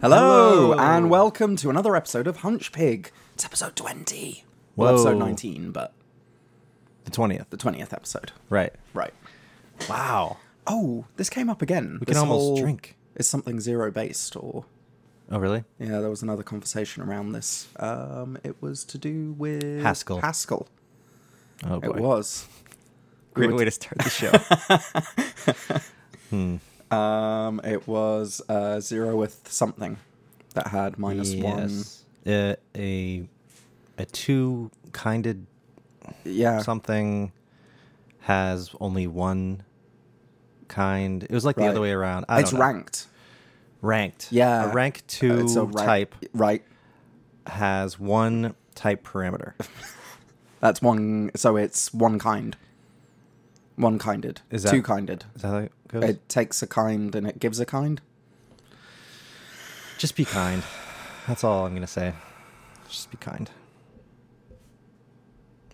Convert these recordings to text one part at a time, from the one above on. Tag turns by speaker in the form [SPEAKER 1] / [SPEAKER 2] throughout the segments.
[SPEAKER 1] Hello, and welcome to another episode of Hunchpig. It's episode 20. Well,
[SPEAKER 2] Whoa.
[SPEAKER 1] episode 19, but
[SPEAKER 2] The twentieth.
[SPEAKER 1] the 20th episode.
[SPEAKER 2] Right.
[SPEAKER 1] Right.
[SPEAKER 2] Wow.
[SPEAKER 1] Oh, this came up again. We
[SPEAKER 2] can almost drink.
[SPEAKER 1] Is something zero based or.
[SPEAKER 2] Oh really?
[SPEAKER 1] Yeah, there was another conversation around this. Um, it was to do with
[SPEAKER 2] Haskell.
[SPEAKER 1] Haskell.
[SPEAKER 2] Oh boy.
[SPEAKER 1] It was.
[SPEAKER 2] Great
[SPEAKER 1] would-
[SPEAKER 2] way to start the show.
[SPEAKER 1] Um, it was uh, zero with something that had minus one.
[SPEAKER 2] Uh, a a two kinded
[SPEAKER 1] Yeah.
[SPEAKER 2] something has only one kind. It was like the
[SPEAKER 1] Right.
[SPEAKER 2] other way around. I
[SPEAKER 1] it's
[SPEAKER 2] don't know.
[SPEAKER 1] ranked.
[SPEAKER 2] Ranked.
[SPEAKER 1] Yeah.
[SPEAKER 2] A rank
[SPEAKER 1] Uh,
[SPEAKER 2] two
[SPEAKER 1] it's a rank-
[SPEAKER 2] type
[SPEAKER 1] Right.
[SPEAKER 2] has one type parameter.
[SPEAKER 1] That's one. So it's one kind. One kinded.
[SPEAKER 2] Is that-
[SPEAKER 1] two kinded?
[SPEAKER 2] Is that how it goes?
[SPEAKER 1] It takes a kind and it gives a kind.
[SPEAKER 2] Just be kind. That's all I'm gonna say. Just be kind.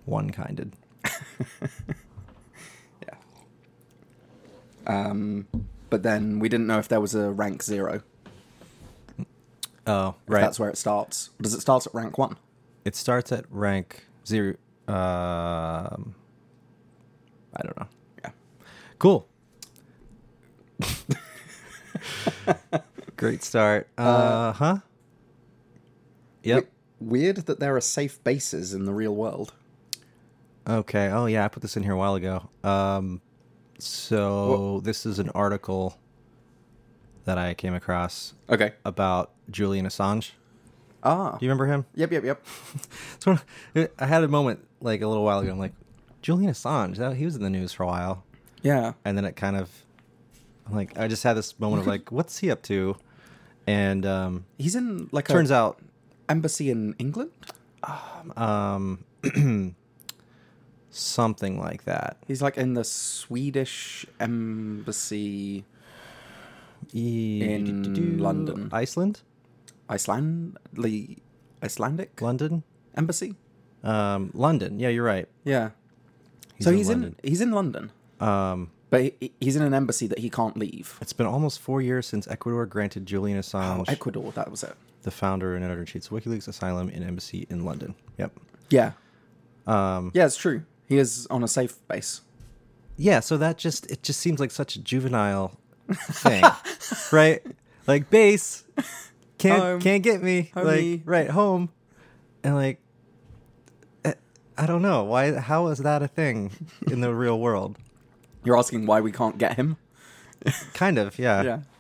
[SPEAKER 2] One kinded.
[SPEAKER 1] Yeah. Um, but then we didn't know if there was a rank zero.
[SPEAKER 2] Oh,
[SPEAKER 1] If
[SPEAKER 2] right.
[SPEAKER 1] That's where it starts. Does it start at rank one?
[SPEAKER 2] It starts at rank zero. Um, I don't know.
[SPEAKER 1] Yeah.
[SPEAKER 2] Cool. Great start. Uh huh. Yep.
[SPEAKER 1] We- weird that there are safe bases in the real world.
[SPEAKER 2] Okay. Oh yeah, I put this in here a while ago. Um, so this is an article that I came across
[SPEAKER 1] Okay.
[SPEAKER 2] about Julian Assange.
[SPEAKER 1] Ah.
[SPEAKER 2] Do you remember him?
[SPEAKER 1] Yep. Yep. Yep.
[SPEAKER 2] So I had a moment like a little while ago. I'm like, Julian Assange. That, he was in the news for a while.
[SPEAKER 1] Yeah.
[SPEAKER 2] and then it kind of I'm like I just had this moment of like, what's he up to? And um,
[SPEAKER 1] He's in like
[SPEAKER 2] turns
[SPEAKER 1] a
[SPEAKER 2] out,
[SPEAKER 1] embassy in England.
[SPEAKER 2] um, something like that.
[SPEAKER 1] He's like in the Swedish embassy,
[SPEAKER 2] E, In
[SPEAKER 1] London.
[SPEAKER 2] Iceland,
[SPEAKER 1] Iceland, the Icelandic
[SPEAKER 2] London,
[SPEAKER 1] embassy.
[SPEAKER 2] um, London. Yeah, you're right.
[SPEAKER 1] Yeah. so
[SPEAKER 2] in
[SPEAKER 1] he's
[SPEAKER 2] London.
[SPEAKER 1] in he's in London,
[SPEAKER 2] Um,
[SPEAKER 1] but he, he's in an embassy that he can't leave.
[SPEAKER 2] it's been almost four years since Ecuador granted Julian Assange,
[SPEAKER 1] Oh, Ecuador, that was it.
[SPEAKER 2] the founder and editor in chief of WikiLeaks, asylum in embassy in London. Yep.
[SPEAKER 1] Yeah.
[SPEAKER 2] Um,
[SPEAKER 1] Yeah, it's true. He is on a safe base.
[SPEAKER 2] yeah so that just it just seems like such a juvenile thing right like base can't
[SPEAKER 1] Home.
[SPEAKER 2] can't get me
[SPEAKER 1] Homey.
[SPEAKER 2] like right home and like I- i don't know why how is that a thing in the real world
[SPEAKER 1] You're asking why we can't get him?
[SPEAKER 2] kind of yeah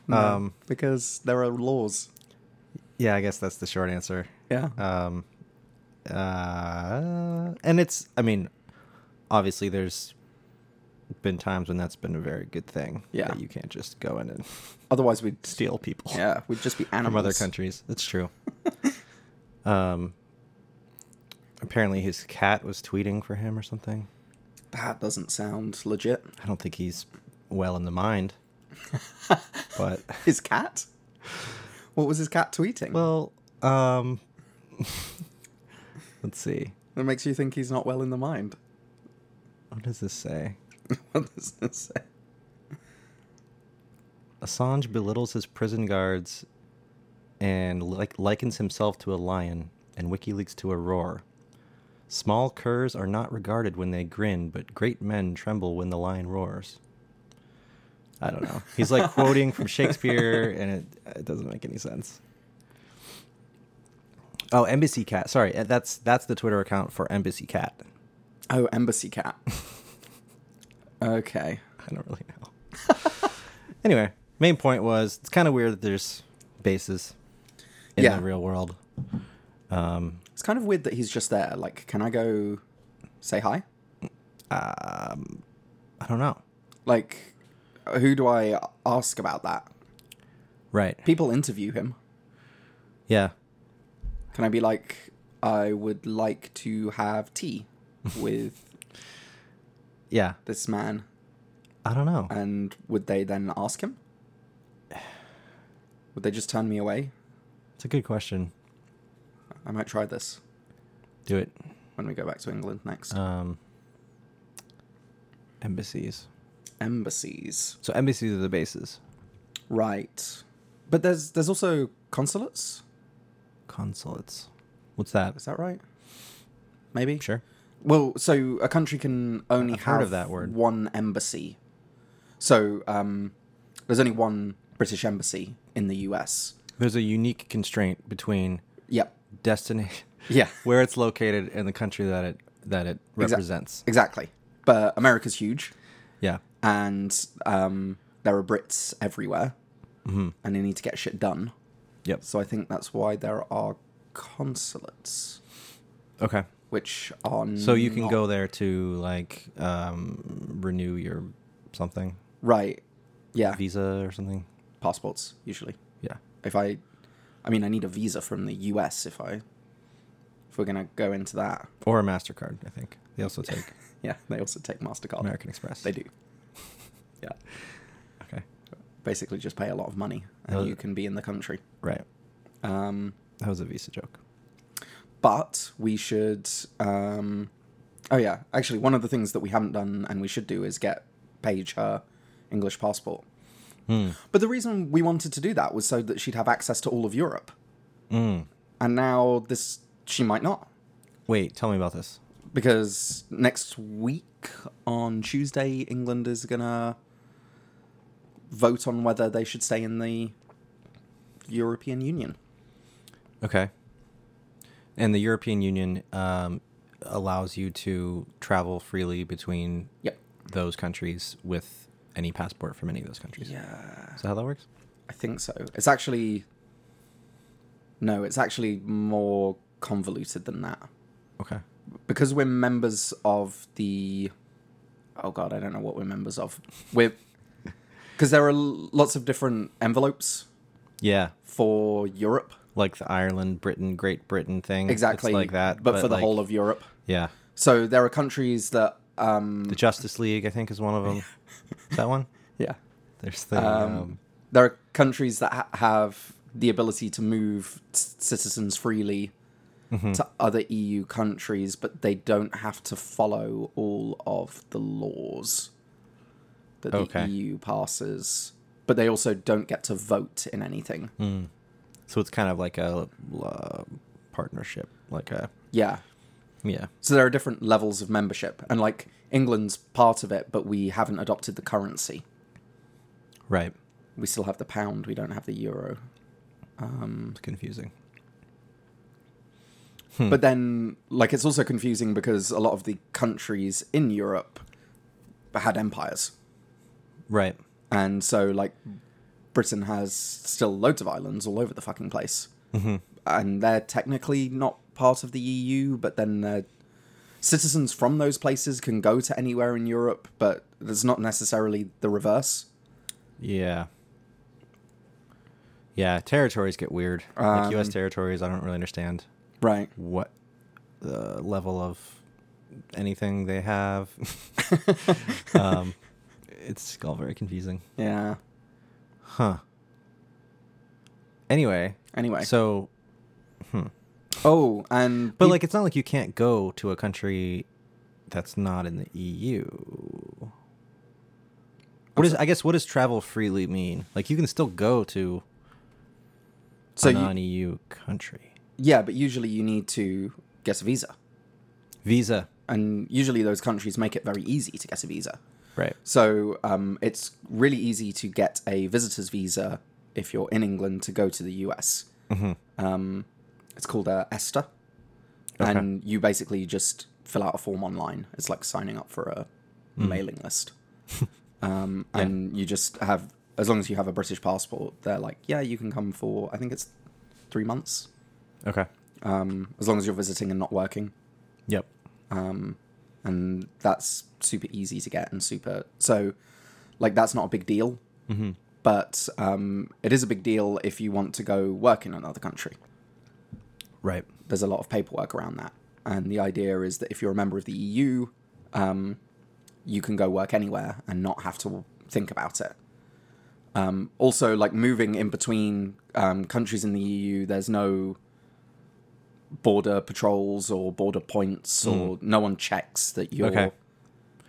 [SPEAKER 1] Yeah.
[SPEAKER 2] um
[SPEAKER 1] because there are laws.
[SPEAKER 2] yeah i guess that's the short answer
[SPEAKER 1] Yeah.
[SPEAKER 2] um uh and it's i mean obviously there's been times when that's been a very good thing
[SPEAKER 1] Yeah.
[SPEAKER 2] that you can't just go in and
[SPEAKER 1] Otherwise, we'd
[SPEAKER 2] steal people
[SPEAKER 1] yeah, we'd just be animals.
[SPEAKER 2] from other countries. That's true. um, apparently his cat was tweeting for him or something.
[SPEAKER 1] That doesn't sound legit.
[SPEAKER 2] I don't think he's well in the mind, but
[SPEAKER 1] His cat? What was his cat tweeting?
[SPEAKER 2] well, um, let's see.
[SPEAKER 1] that makes you think he's not well in the mind.
[SPEAKER 2] What does this say?
[SPEAKER 1] what does this say?
[SPEAKER 2] Assange belittles his prison guards and like likens himself to a lion and WikiLeaks to a roar. Small curs are not regarded when they grin, but great men tremble when the lion roars. I don't know. He's like quoting from Shakespeare, and it, it doesn't make any sense. Oh, Embassy Cat. Sorry, eh, that's that's the Twitter account for Embassy Cat.
[SPEAKER 1] Oh, embassy cat. okay.
[SPEAKER 2] I don't really know. anyway, main point was it's kind of weird that there's bases in
[SPEAKER 1] Yeah.
[SPEAKER 2] the real world. Um,
[SPEAKER 1] It's kind of weird that he's just there. Like, can I go say hi?
[SPEAKER 2] um, I don't know.
[SPEAKER 1] Like, who do I ask about that?
[SPEAKER 2] Right.
[SPEAKER 1] People interview him.
[SPEAKER 2] Yeah.
[SPEAKER 1] Can I be like, I would like to have tea with
[SPEAKER 2] Yeah.
[SPEAKER 1] this man?
[SPEAKER 2] I don't know.
[SPEAKER 1] And would they then ask him? Would they just turn me away?
[SPEAKER 2] It's a good question.
[SPEAKER 1] I might try this
[SPEAKER 2] Do it.
[SPEAKER 1] when we go back to England next.
[SPEAKER 2] Um, embassies.
[SPEAKER 1] Embassies.
[SPEAKER 2] So embassies are the bases.
[SPEAKER 1] Right. But there's there's also consulates.
[SPEAKER 2] Consulates. What's that?
[SPEAKER 1] Is that right? Maybe.
[SPEAKER 2] Sure.
[SPEAKER 1] Well, so a country can only
[SPEAKER 2] I've
[SPEAKER 1] have
[SPEAKER 2] heard of that word.
[SPEAKER 1] one embassy. So um, there's only one British embassy in the U.S.
[SPEAKER 2] There's a unique constraint between
[SPEAKER 1] Yep.
[SPEAKER 2] destination,
[SPEAKER 1] Yeah.
[SPEAKER 2] where it's located, and the country that it that it represents.
[SPEAKER 1] Exactly. But America's huge,
[SPEAKER 2] Yeah.
[SPEAKER 1] and um, there are Brits everywhere, mm-hmm. and they need to get shit done.
[SPEAKER 2] Yep.
[SPEAKER 1] So I think that's why there are consulates,
[SPEAKER 2] Okay.
[SPEAKER 1] which are
[SPEAKER 2] So you can
[SPEAKER 1] not-
[SPEAKER 2] go there to like um, renew your something
[SPEAKER 1] right. Yeah,
[SPEAKER 2] visa or something.
[SPEAKER 1] passports usually.
[SPEAKER 2] Yeah.
[SPEAKER 1] If I, I mean, I need a visa from the U.S. If I, if we're gonna go into that.
[SPEAKER 2] Or a Mastercard. I think they also take
[SPEAKER 1] Yeah, they also take Mastercard.
[SPEAKER 2] American Express.
[SPEAKER 1] Oh, They do. Yeah,
[SPEAKER 2] Okay.
[SPEAKER 1] basically just pay a lot of money and
[SPEAKER 2] Oh.
[SPEAKER 1] you can be in the country.
[SPEAKER 2] Right.
[SPEAKER 1] Um,
[SPEAKER 2] That was a visa joke.
[SPEAKER 1] but we should um oh yeah actually one of the things that we haven't done and we should do is get paige her english passport
[SPEAKER 2] Hmm.
[SPEAKER 1] but the reason we wanted to do that was so that she'd have access to all of europe
[SPEAKER 2] Mm.
[SPEAKER 1] and now this she might not
[SPEAKER 2] Wait, tell me about this.
[SPEAKER 1] because next week on tuesday england is gonna vote on whether they should stay in the european union
[SPEAKER 2] Okay. And the European Union um, allows you to travel freely between
[SPEAKER 1] yep
[SPEAKER 2] those countries with any passport from any of those countries.
[SPEAKER 1] yeah
[SPEAKER 2] Is that how that works?
[SPEAKER 1] I think so. It's actually no, it's actually more convoluted than that
[SPEAKER 2] Okay.
[SPEAKER 1] because we're members of the. Oh God, I don't know what we're members of. We're because there are l- lots of different envelopes
[SPEAKER 2] Yeah,
[SPEAKER 1] for Europe.
[SPEAKER 2] like the Ireland, Britain, Great Britain thing. It's
[SPEAKER 1] Exactly
[SPEAKER 2] like that,
[SPEAKER 1] but, for the
[SPEAKER 2] like-
[SPEAKER 1] whole of Europe.
[SPEAKER 2] yeah,
[SPEAKER 1] So there are countries that. Um,
[SPEAKER 2] the Justice League I think is one of them. is that one?
[SPEAKER 1] yeah.
[SPEAKER 2] There's the um,
[SPEAKER 1] Um, there are countries that ha- have the ability to move c- citizens freely
[SPEAKER 2] Mm-hmm.
[SPEAKER 1] to other EU countries, but they don't have to follow all of the laws that the
[SPEAKER 2] Okay.
[SPEAKER 1] EU passes. But they also don't get to vote in anything.
[SPEAKER 2] hmm. so it's kind of like a uh, partnership, like a
[SPEAKER 1] Yeah.
[SPEAKER 2] yeah.
[SPEAKER 1] So there are different levels of membership, and like England's part of it, but we haven't adopted the currency.
[SPEAKER 2] Right.
[SPEAKER 1] We still have the pound. We don't have the euro. Um,
[SPEAKER 2] It's confusing. Hmm.
[SPEAKER 1] But then, like, it's also confusing because a lot of the countries in Europe had empires.
[SPEAKER 2] Right.
[SPEAKER 1] And so, like, Britain has still loads of islands all over the fucking place. Mm-hmm. And they're technically not part of the EU, but then uh, citizens from those places can go to anywhere in Europe, but it's not necessarily the reverse.
[SPEAKER 2] Yeah. Yeah, territories get weird. like
[SPEAKER 1] Um,
[SPEAKER 2] U.S. territories, I don't really understand
[SPEAKER 1] Right.
[SPEAKER 2] what the level of anything they have. um, it's all very confusing,
[SPEAKER 1] Yeah.
[SPEAKER 2] huh? Anyway,
[SPEAKER 1] Anyway.
[SPEAKER 2] so hmm.
[SPEAKER 1] oh, and.
[SPEAKER 2] but
[SPEAKER 1] peop-
[SPEAKER 2] like, it's not like you can't go to a country that's not in the E EU. What is? I guess what does travel freely mean? Like, you can still go to
[SPEAKER 1] so
[SPEAKER 2] a
[SPEAKER 1] you,
[SPEAKER 2] non-EU country.
[SPEAKER 1] yeah, but usually you need to get a visa.
[SPEAKER 2] Visa.
[SPEAKER 1] and usually those countries make it very easy to get a visa.
[SPEAKER 2] Right.
[SPEAKER 1] So um, it's really easy to get a visitor's visa if you're in England to go to the US.
[SPEAKER 2] Mm-hmm.
[SPEAKER 1] Um, it's called a ESTA, and you basically just fill out a form online. It's like signing up for a mailing list, um, and you just have as long as you have a British passport, they're like, yeah, you can come for I think it's three months,
[SPEAKER 2] Okay.
[SPEAKER 1] um, as long as you're visiting and not working.
[SPEAKER 2] Yep.
[SPEAKER 1] um, and that's super easy to get and super so like that's not a big deal
[SPEAKER 2] Mhm.
[SPEAKER 1] but um, it is a big deal if you want to go work in another country
[SPEAKER 2] Right.
[SPEAKER 1] there's a lot of paperwork around that and the idea is that if you're a member of the eu um, you can go work anywhere and not have to think about it um, also like moving in between um, countries in the eu there's no border patrols or border points or no one checks that you're
[SPEAKER 2] Hmm. Okay.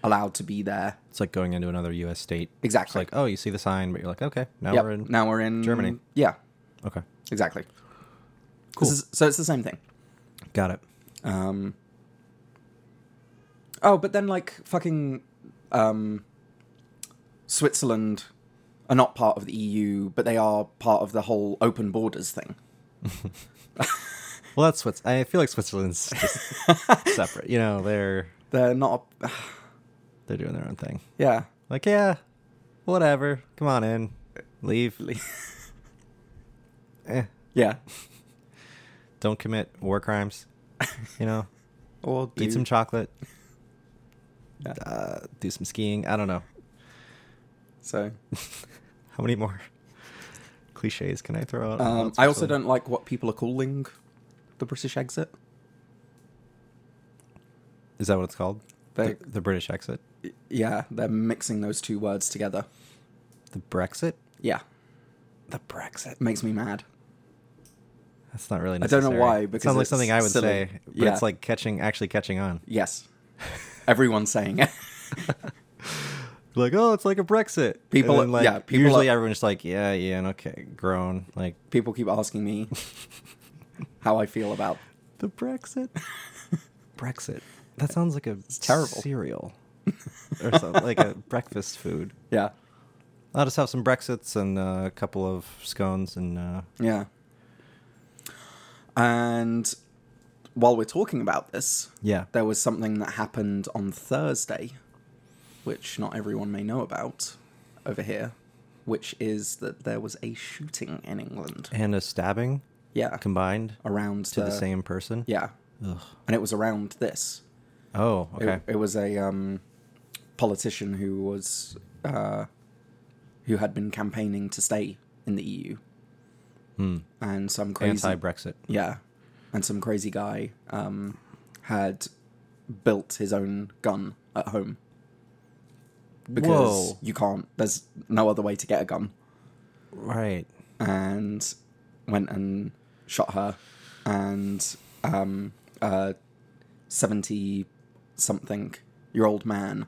[SPEAKER 1] allowed to be there
[SPEAKER 2] It's like going into another U.S. state. It's
[SPEAKER 1] Exactly.
[SPEAKER 2] like, oh, you see the sign, but you're like, okay, now
[SPEAKER 1] Yep,
[SPEAKER 2] we're in.
[SPEAKER 1] now we're in
[SPEAKER 2] Germany.
[SPEAKER 1] Yeah,
[SPEAKER 2] Okay,
[SPEAKER 1] exactly.
[SPEAKER 2] Cool.
[SPEAKER 1] This is, so it's the same thing.
[SPEAKER 2] got it.
[SPEAKER 1] Um, oh, but then like fucking um, Switzerland are not part of the EU, but they are part of the whole open borders thing.
[SPEAKER 2] Well, that's what's. I feel like Switzerland's just separate. You know, they're
[SPEAKER 1] They're not. A,
[SPEAKER 2] they're doing their own thing.
[SPEAKER 1] yeah.
[SPEAKER 2] Like, yeah, whatever. Come on in, leave. Eh,
[SPEAKER 1] Yeah.
[SPEAKER 2] don't commit war crimes. You know,
[SPEAKER 1] Or
[SPEAKER 2] eat
[SPEAKER 1] do-
[SPEAKER 2] some chocolate.
[SPEAKER 1] Yeah.
[SPEAKER 2] Uh, do some skiing. I don't know.
[SPEAKER 1] So
[SPEAKER 2] How many more cliches can I throw out?
[SPEAKER 1] um, I also don't like what people are calling the British exit.
[SPEAKER 2] Is that what it's called?
[SPEAKER 1] They-
[SPEAKER 2] the, the British exit,
[SPEAKER 1] Yeah, they're mixing those two words together.
[SPEAKER 2] the Brexit,
[SPEAKER 1] Yeah,
[SPEAKER 2] the Brexit.
[SPEAKER 1] it makes me mad.
[SPEAKER 2] That's not really.
[SPEAKER 1] don't know
[SPEAKER 2] Necessary.
[SPEAKER 1] why,
[SPEAKER 2] It
[SPEAKER 1] because
[SPEAKER 2] sounds like
[SPEAKER 1] it's
[SPEAKER 2] something I would
[SPEAKER 1] silly.
[SPEAKER 2] say, but
[SPEAKER 1] Yeah.
[SPEAKER 2] it's like catching, actually catching on.
[SPEAKER 1] Yes, everyone's saying it.
[SPEAKER 2] Like, oh, it's like a Brexit. And
[SPEAKER 1] People-
[SPEAKER 2] then, like,
[SPEAKER 1] yeah, people
[SPEAKER 2] usually
[SPEAKER 1] are-
[SPEAKER 2] everyone's like, yeah, yeah, and okay, grown. Like
[SPEAKER 1] People keep asking me how I feel about
[SPEAKER 2] the Brexit, Brexit. That sounds like a
[SPEAKER 1] terrible.
[SPEAKER 2] cereal, or something like a breakfast food.
[SPEAKER 1] yeah,
[SPEAKER 2] I'll just have some Brexits and uh, a couple of scones and uh,
[SPEAKER 1] yeah. And while we're talking about this,
[SPEAKER 2] yeah,
[SPEAKER 1] there was something that happened on Thursday, which not everyone may know about over here, which is that there was a shooting in England.
[SPEAKER 2] and a stabbing
[SPEAKER 1] Yeah,
[SPEAKER 2] combined
[SPEAKER 1] around
[SPEAKER 2] Eh, to the same person.
[SPEAKER 1] Uh, Yeah,
[SPEAKER 2] Ugh.
[SPEAKER 1] and it was around this.
[SPEAKER 2] Oh,
[SPEAKER 1] It-
[SPEAKER 2] okay.
[SPEAKER 1] It, was a um, politician who was uh, who had been campaigning to stay in the EU,
[SPEAKER 2] Hmm.
[SPEAKER 1] and some crazy
[SPEAKER 2] Anti Brexit.
[SPEAKER 1] yeah, and some crazy guy um, had built his own gun at home because
[SPEAKER 2] Whoa.
[SPEAKER 1] you can't. There's no other way to get a gun,
[SPEAKER 2] Right.
[SPEAKER 1] and went and shot her, and um, a seventy something year old man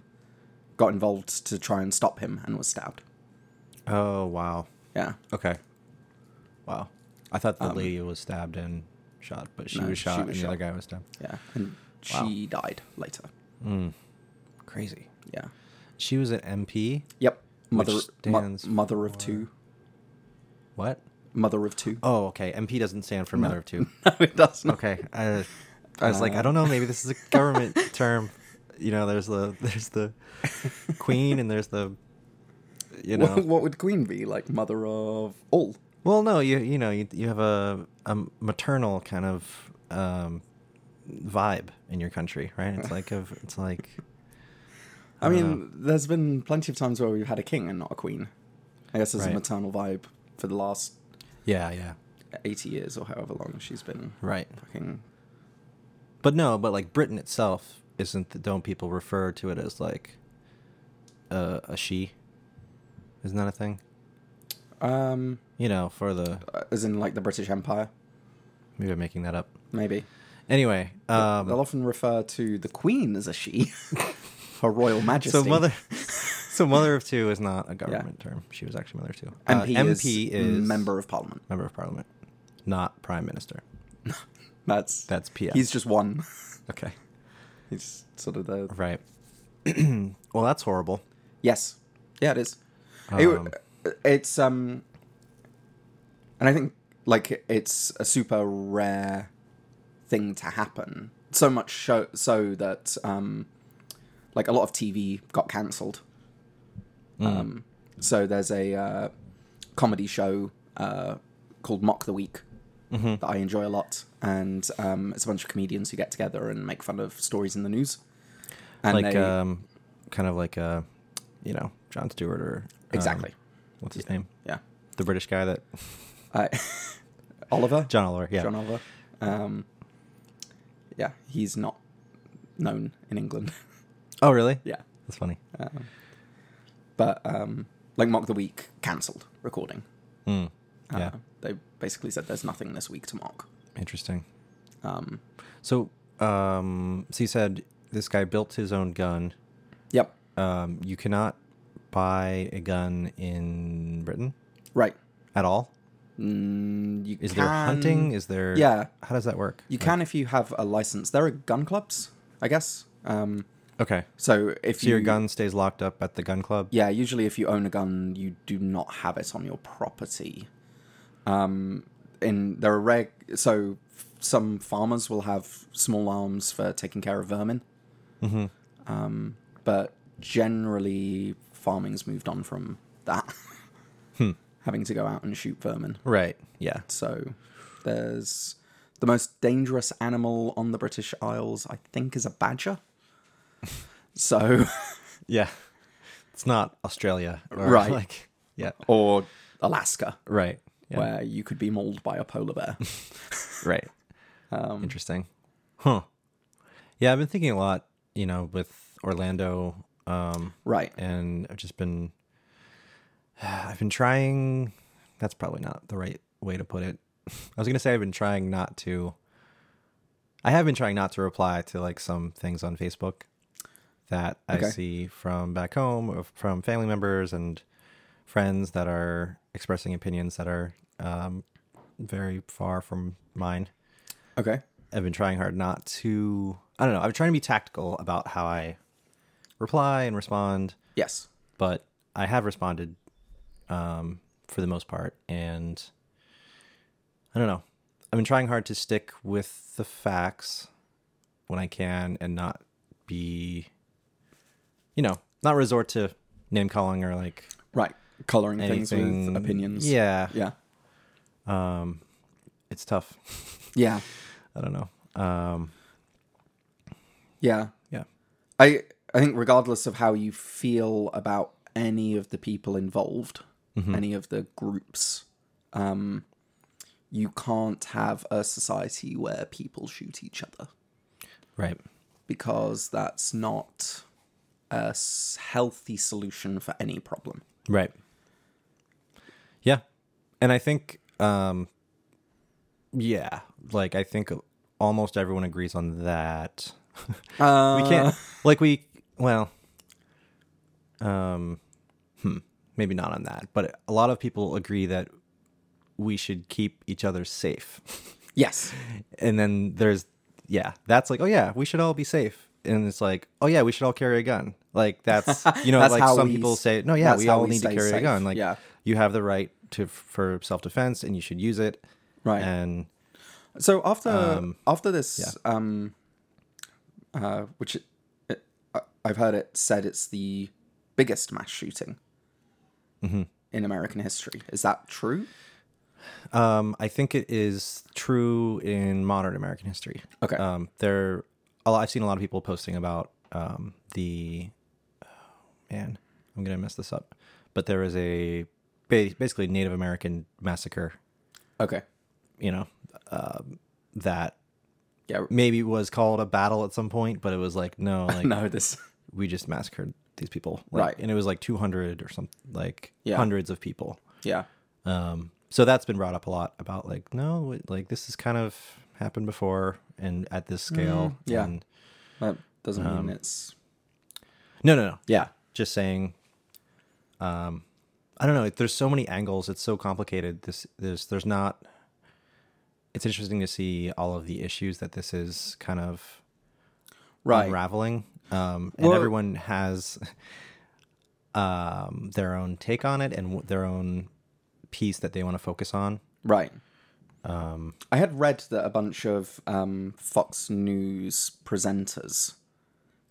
[SPEAKER 1] got involved to try and stop him and was stabbed.
[SPEAKER 2] Oh wow.
[SPEAKER 1] Yeah,
[SPEAKER 2] Okay. Wow. I thought the lady was stabbed and shot, but she
[SPEAKER 1] no,
[SPEAKER 2] was
[SPEAKER 1] she
[SPEAKER 2] shot
[SPEAKER 1] was
[SPEAKER 2] and the other
[SPEAKER 1] shot.
[SPEAKER 2] guy was stabbed.
[SPEAKER 1] yeah, and she died later.
[SPEAKER 2] Hmm. Crazy.
[SPEAKER 1] Yeah.
[SPEAKER 2] She was an MP.
[SPEAKER 1] Yep. Mother
[SPEAKER 2] Which
[SPEAKER 1] mo-
[SPEAKER 2] stands
[SPEAKER 1] mother of two.
[SPEAKER 2] What?
[SPEAKER 1] Mother of two.
[SPEAKER 2] Oh, okay. MP doesn't stand for mother of two.
[SPEAKER 1] no, it does not.
[SPEAKER 2] Okay. I, I was like, I don't know. Maybe this is a government term. You know, there's the there's the queen and there's the you know.
[SPEAKER 1] What, what would queen be like? Mother of all.
[SPEAKER 2] Well, no, you you know you you have a a maternal kind of um, vibe in your country, right? It's like of it's like
[SPEAKER 1] I
[SPEAKER 2] don't
[SPEAKER 1] mean, there's been plenty of times where we've had a king and not a queen. I guess there's
[SPEAKER 2] Right.
[SPEAKER 1] a maternal vibe for the last
[SPEAKER 2] yeah, yeah,
[SPEAKER 1] eighty years or however long she's been
[SPEAKER 2] right.
[SPEAKER 1] fucking.
[SPEAKER 2] But no, but like Britain itself isn't. Don't people refer to it as like a, a she? Isn't that a thing?
[SPEAKER 1] Um,
[SPEAKER 2] You know, for the
[SPEAKER 1] as in like the British Empire,
[SPEAKER 2] maybe I'm making that up.
[SPEAKER 1] maybe.
[SPEAKER 2] Anyway, um,
[SPEAKER 1] They'll often refer to the queen as a she, her royal majesty.
[SPEAKER 2] So mother, so mother of two is not a government term. She was actually mother of two. Uh,
[SPEAKER 1] MP,
[SPEAKER 2] MP
[SPEAKER 1] is,
[SPEAKER 2] is
[SPEAKER 1] member of parliament.
[SPEAKER 2] member of parliament, not prime minister.
[SPEAKER 1] That's
[SPEAKER 2] That's PS.
[SPEAKER 1] He's just one.
[SPEAKER 2] okay,
[SPEAKER 1] He's sort of the
[SPEAKER 2] right. well, that's horrible.
[SPEAKER 1] Yes. Yeah, it is. It w- it's um, and I think like it's a super rare thing to happen. So much show, so that um, like a lot of TV got cancelled.
[SPEAKER 2] Hmm.
[SPEAKER 1] Um, so there's a uh, comedy show uh, called Mock the Week
[SPEAKER 2] mm-hmm.
[SPEAKER 1] that I enjoy a lot, and um, it's a bunch of comedians who get together and make fun of stories in the news. And
[SPEAKER 2] Like,
[SPEAKER 1] they-
[SPEAKER 2] um, kind of like uh, you know, John Stewart or um,
[SPEAKER 1] exactly,
[SPEAKER 2] what's his name?
[SPEAKER 1] yeah.
[SPEAKER 2] The British guy that
[SPEAKER 1] Uh, Oliver?
[SPEAKER 2] John Oliver. Yeah,
[SPEAKER 1] John Oliver. Um, yeah, he's not known in England.
[SPEAKER 2] Oh, really?
[SPEAKER 1] yeah.
[SPEAKER 2] That's funny.
[SPEAKER 1] Um, but, um, like, Mock the Week cancelled recording.
[SPEAKER 2] Mm.
[SPEAKER 1] Uh,
[SPEAKER 2] Yeah,
[SPEAKER 1] They basically said there's nothing this week to mock.
[SPEAKER 2] interesting.
[SPEAKER 1] Um,
[SPEAKER 2] So, um, so you said this guy built his own gun.
[SPEAKER 1] yep.
[SPEAKER 2] um, you cannot buy a gun in Britain
[SPEAKER 1] Right.
[SPEAKER 2] at all.
[SPEAKER 1] Mm, you
[SPEAKER 2] Is
[SPEAKER 1] can,
[SPEAKER 2] there hunting? Is there?
[SPEAKER 1] Yeah.
[SPEAKER 2] How does that work?
[SPEAKER 1] You can if you have a license. There are gun clubs, I guess. Um,
[SPEAKER 2] Okay.
[SPEAKER 1] so if
[SPEAKER 2] So
[SPEAKER 1] you,
[SPEAKER 2] your gun stays locked up at the gun club.
[SPEAKER 1] yeah, usually if you own a gun, you do not have it on your property. Um, in there are rare, so f- some farmers will have small arms for taking care of vermin.
[SPEAKER 2] Mhm.
[SPEAKER 1] Um, but generally, farming's moved on from that,
[SPEAKER 2] Hmm.
[SPEAKER 1] having to go out and shoot vermin.
[SPEAKER 2] Right. Yeah.
[SPEAKER 1] So there's the most dangerous animal on the British Isles, I think, is a badger. So,
[SPEAKER 2] Yeah. It's not Australia. Or
[SPEAKER 1] Right.
[SPEAKER 2] Like, yeah.
[SPEAKER 1] or Alaska,
[SPEAKER 2] Right. Yeah.
[SPEAKER 1] where you could be mauled by a polar bear.
[SPEAKER 2] Right. Um, Interesting. Huh. Yeah, I've been thinking a lot, you know, with Orlando, um,
[SPEAKER 1] right.
[SPEAKER 2] and I've just been, I've been trying. That's probably not the right way to put it. I was gonna say I've been trying not to. I have been trying not to reply to like some things on Facebook that I
[SPEAKER 1] Okay.
[SPEAKER 2] see from back home, or from family members and friends that are expressing opinions that are um, very far from mine.
[SPEAKER 1] Okay.
[SPEAKER 2] I've been trying hard not to. I don't know. I'm trying to be tactical about how I reply and respond,
[SPEAKER 1] Yes.
[SPEAKER 2] but I have responded um, for the most part, and I don't know. I've been trying hard to stick with the facts when I can, and not be, you know, not resort to name calling or like
[SPEAKER 1] Right. Coloring things
[SPEAKER 2] anything.
[SPEAKER 1] with opinions.
[SPEAKER 2] Yeah,
[SPEAKER 1] Yeah.
[SPEAKER 2] Um, it's tough.
[SPEAKER 1] Yeah.
[SPEAKER 2] I don't know. Um,
[SPEAKER 1] Yeah.
[SPEAKER 2] yeah.
[SPEAKER 1] I I think regardless of how you feel about any of the people involved,
[SPEAKER 2] Mm-hmm.
[SPEAKER 1] any of the groups, um, you can't have a society where people shoot each other
[SPEAKER 2] Right.
[SPEAKER 1] because that's not a s- healthy solution for any problem.
[SPEAKER 2] Right. Yeah. And I think um yeah, like I think almost everyone agrees on that.
[SPEAKER 1] Uh,
[SPEAKER 2] We can't like we well um hmm, maybe not on that, but a lot of people agree that we should keep each other safe.
[SPEAKER 1] Yes.
[SPEAKER 2] And then there's yeah, that's like, oh yeah, we should all be safe. And it's like, oh yeah, we should all carry a gun. Like that's you know,
[SPEAKER 1] That's
[SPEAKER 2] like
[SPEAKER 1] how
[SPEAKER 2] some
[SPEAKER 1] we
[SPEAKER 2] people
[SPEAKER 1] s-
[SPEAKER 2] say, no, yeah,
[SPEAKER 1] that's
[SPEAKER 2] we
[SPEAKER 1] how
[SPEAKER 2] all
[SPEAKER 1] we
[SPEAKER 2] need to
[SPEAKER 1] stay
[SPEAKER 2] carry a
[SPEAKER 1] safe.
[SPEAKER 2] gun. Like
[SPEAKER 1] Yeah.
[SPEAKER 2] you have the right to for self defense, and you should use it.
[SPEAKER 1] Right.
[SPEAKER 2] And
[SPEAKER 1] So after after this, um, uh, which it, it, I- I've heard it said it's the biggest mass shooting in American history. Is that true?
[SPEAKER 2] um, I think it is true in modern American history.
[SPEAKER 1] Okay. Uh,
[SPEAKER 2] Um, there, a lot- I've seen a lot of people posting about um, the. Oh, man, I'm gonna mess this up, but there was a ba- basically Native American massacre.
[SPEAKER 1] Okay.
[SPEAKER 2] You know, um, that
[SPEAKER 1] Yeah.
[SPEAKER 2] maybe was called a battle at some point, but it was like no, like
[SPEAKER 1] No. This.
[SPEAKER 2] we just massacred these people, like,
[SPEAKER 1] Right.
[SPEAKER 2] And it was like 200 or something, like
[SPEAKER 1] Yeah.
[SPEAKER 2] hundreds of people.
[SPEAKER 1] Yeah.
[SPEAKER 2] Um, so that's been brought up a lot about like, no, it- like this has kind of happened before and at this scale.
[SPEAKER 1] Mm, yeah.
[SPEAKER 2] And
[SPEAKER 1] That doesn't mean it's.
[SPEAKER 2] no, no, no.
[SPEAKER 1] um, Yeah.
[SPEAKER 2] Just saying, um, I don't know. There's so many angles. It's so complicated. This, there's, there's not, it's interesting to see all of the issues that this is kind of
[SPEAKER 1] Right.
[SPEAKER 2] unraveling. Um, and
[SPEAKER 1] Well-
[SPEAKER 2] everyone has, um, their own take on it and w- their own piece that they want to focus on.
[SPEAKER 1] Right. I had read that a bunch of um, Fox News presenters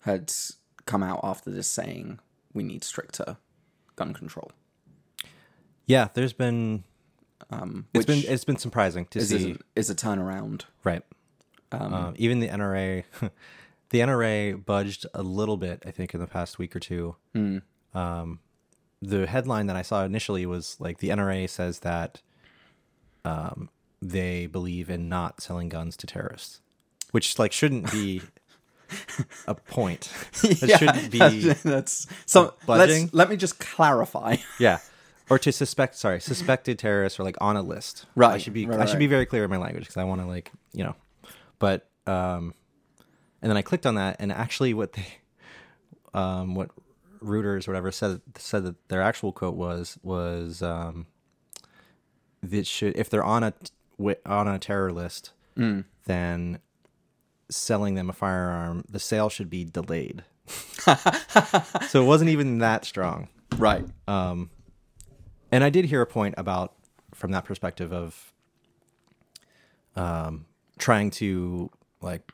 [SPEAKER 1] had come out after this saying we need stricter gun control.
[SPEAKER 2] Yeah, there's been
[SPEAKER 1] Um,
[SPEAKER 2] It's
[SPEAKER 1] which
[SPEAKER 2] been it's been surprising to
[SPEAKER 1] is,
[SPEAKER 2] see,
[SPEAKER 1] a, is a turnaround.
[SPEAKER 2] right? Um, even the NRA, the NRA budged a little bit, I think, in the past week or two. Um, the headline that I saw initially was like the NRA says that um, they believe in not selling guns to terrorists, which like shouldn't be a point. It shouldn't be
[SPEAKER 1] that's so.
[SPEAKER 2] budging?
[SPEAKER 1] Let's, let me just clarify.
[SPEAKER 2] yeah. Or to suspect, sorry, suspected terrorists or like on a list. I
[SPEAKER 1] Right,
[SPEAKER 2] should be
[SPEAKER 1] right,
[SPEAKER 2] I should
[SPEAKER 1] right.
[SPEAKER 2] be very clear in my language because I want to like you know, but um, and then I clicked on that and actually what they, um, what Reuters or whatever said said that their actual quote was was um, that should if they're on a t- wi- on a terror list, then selling them a firearm, the sale should be delayed. so it wasn't even that strong.
[SPEAKER 1] Right.
[SPEAKER 2] And I did hear a point about from that perspective of um, trying to like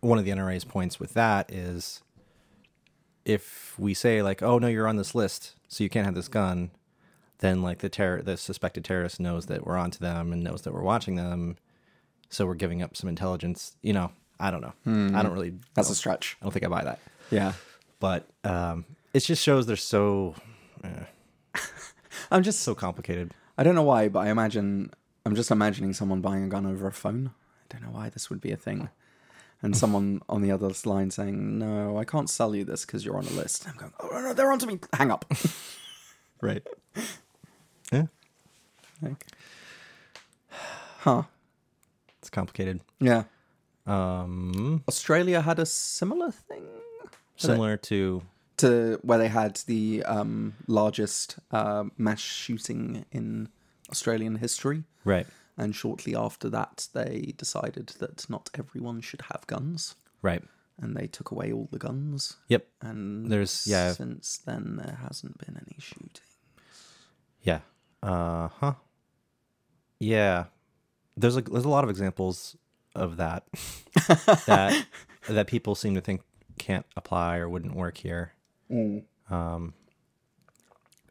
[SPEAKER 2] one of the NRA's points with that is if we say like, oh no, you're on this list, so you can't have this gun, then like the terror the suspected terrorist knows that we're onto them and knows that we're watching them, so we're giving up some intelligence. You know, I don't know. I don't really.
[SPEAKER 1] That's a stretch.
[SPEAKER 2] I don't think I buy that.
[SPEAKER 1] Yeah.
[SPEAKER 2] But um, it just shows they're so
[SPEAKER 1] I'm just
[SPEAKER 2] so complicated.
[SPEAKER 1] I don't know why, but I imagine I'm just imagining someone buying a gun over a phone. I don't know why this would be a thing. And someone on the other line saying, "No, I can't sell you this because you're on a list." I'm going, "Oh no, no, they're onto me! Hang up."
[SPEAKER 2] Right. Yeah.
[SPEAKER 1] like, huh?
[SPEAKER 2] It's complicated.
[SPEAKER 1] Yeah.
[SPEAKER 2] Um,
[SPEAKER 1] Australia had a similar thing
[SPEAKER 2] similar to
[SPEAKER 1] to where they had the um, largest uh, mass shooting in Australian history.
[SPEAKER 2] right,
[SPEAKER 1] And shortly after that, they decided that not everyone should have guns,
[SPEAKER 2] right.
[SPEAKER 1] and they took away all the guns.
[SPEAKER 2] Yep.
[SPEAKER 1] And
[SPEAKER 2] There's- yeah.
[SPEAKER 1] since then there hasn't been any shooting.
[SPEAKER 2] Yeah. Uh huh. Yeah. There's a there's a lot of examples of that that that people seem to think can't apply or wouldn't work here. Mm. Um,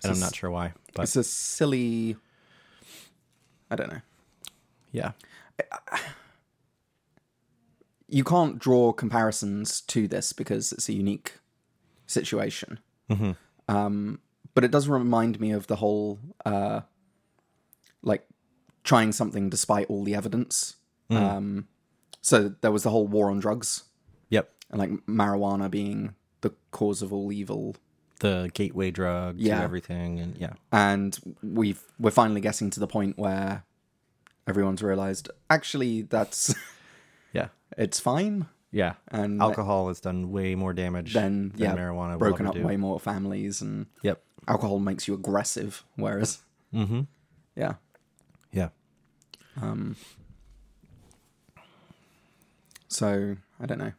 [SPEAKER 2] and I'm not sure why, but
[SPEAKER 1] It's a silly. I don't know.
[SPEAKER 2] yeah,
[SPEAKER 1] You can't draw comparisons to this because it's a unique situation. Um, but it does remind me of the whole, uh, like, trying something despite all the evidence. Um, so there was the whole war on drugs
[SPEAKER 2] yep.
[SPEAKER 1] and like marijuana being the cause of all evil
[SPEAKER 2] The gateway drug
[SPEAKER 1] Yeah.
[SPEAKER 2] to everything, and yeah,
[SPEAKER 1] and we've we're finally getting to the point where everyone's realized actually that's
[SPEAKER 2] yeah,
[SPEAKER 1] it's fine
[SPEAKER 2] yeah.
[SPEAKER 1] and
[SPEAKER 2] Alcohol has done way more
[SPEAKER 1] Mm.
[SPEAKER 2] damage
[SPEAKER 1] then
[SPEAKER 2] than
[SPEAKER 1] yeah
[SPEAKER 2] marijuana will
[SPEAKER 1] broken
[SPEAKER 2] ever
[SPEAKER 1] up
[SPEAKER 2] do.
[SPEAKER 1] way more families and
[SPEAKER 2] Yep. Mm-hmm.
[SPEAKER 1] alcohol makes you aggressive whereas yeah
[SPEAKER 2] Yeah.
[SPEAKER 1] so i don't know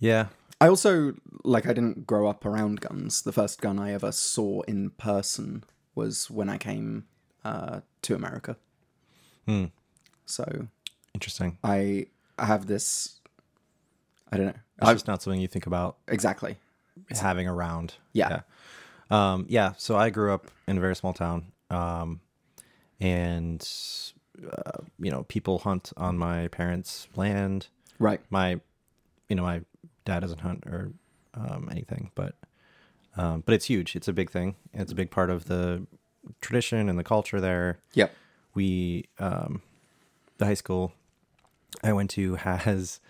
[SPEAKER 2] Yeah.
[SPEAKER 1] i also like i didn't grow up around guns the first gun i ever saw in person was when i came uh, to america
[SPEAKER 2] Hmm.
[SPEAKER 1] so
[SPEAKER 2] Interesting.
[SPEAKER 1] i have this i don't know
[SPEAKER 2] It's just not something you think about
[SPEAKER 1] exactly
[SPEAKER 2] having around.
[SPEAKER 1] Yeah.
[SPEAKER 2] Yeah. Um, yeah. So I grew up in a very small town, um, and uh, you know, people hunt on my parents' land.
[SPEAKER 1] right
[SPEAKER 2] My, you know, my dad doesn't hunt or um, anything, but um, but it's huge. It's a big thing. It's a big part of the tradition and the culture there.
[SPEAKER 1] Yep.
[SPEAKER 2] we um, the high school I went to has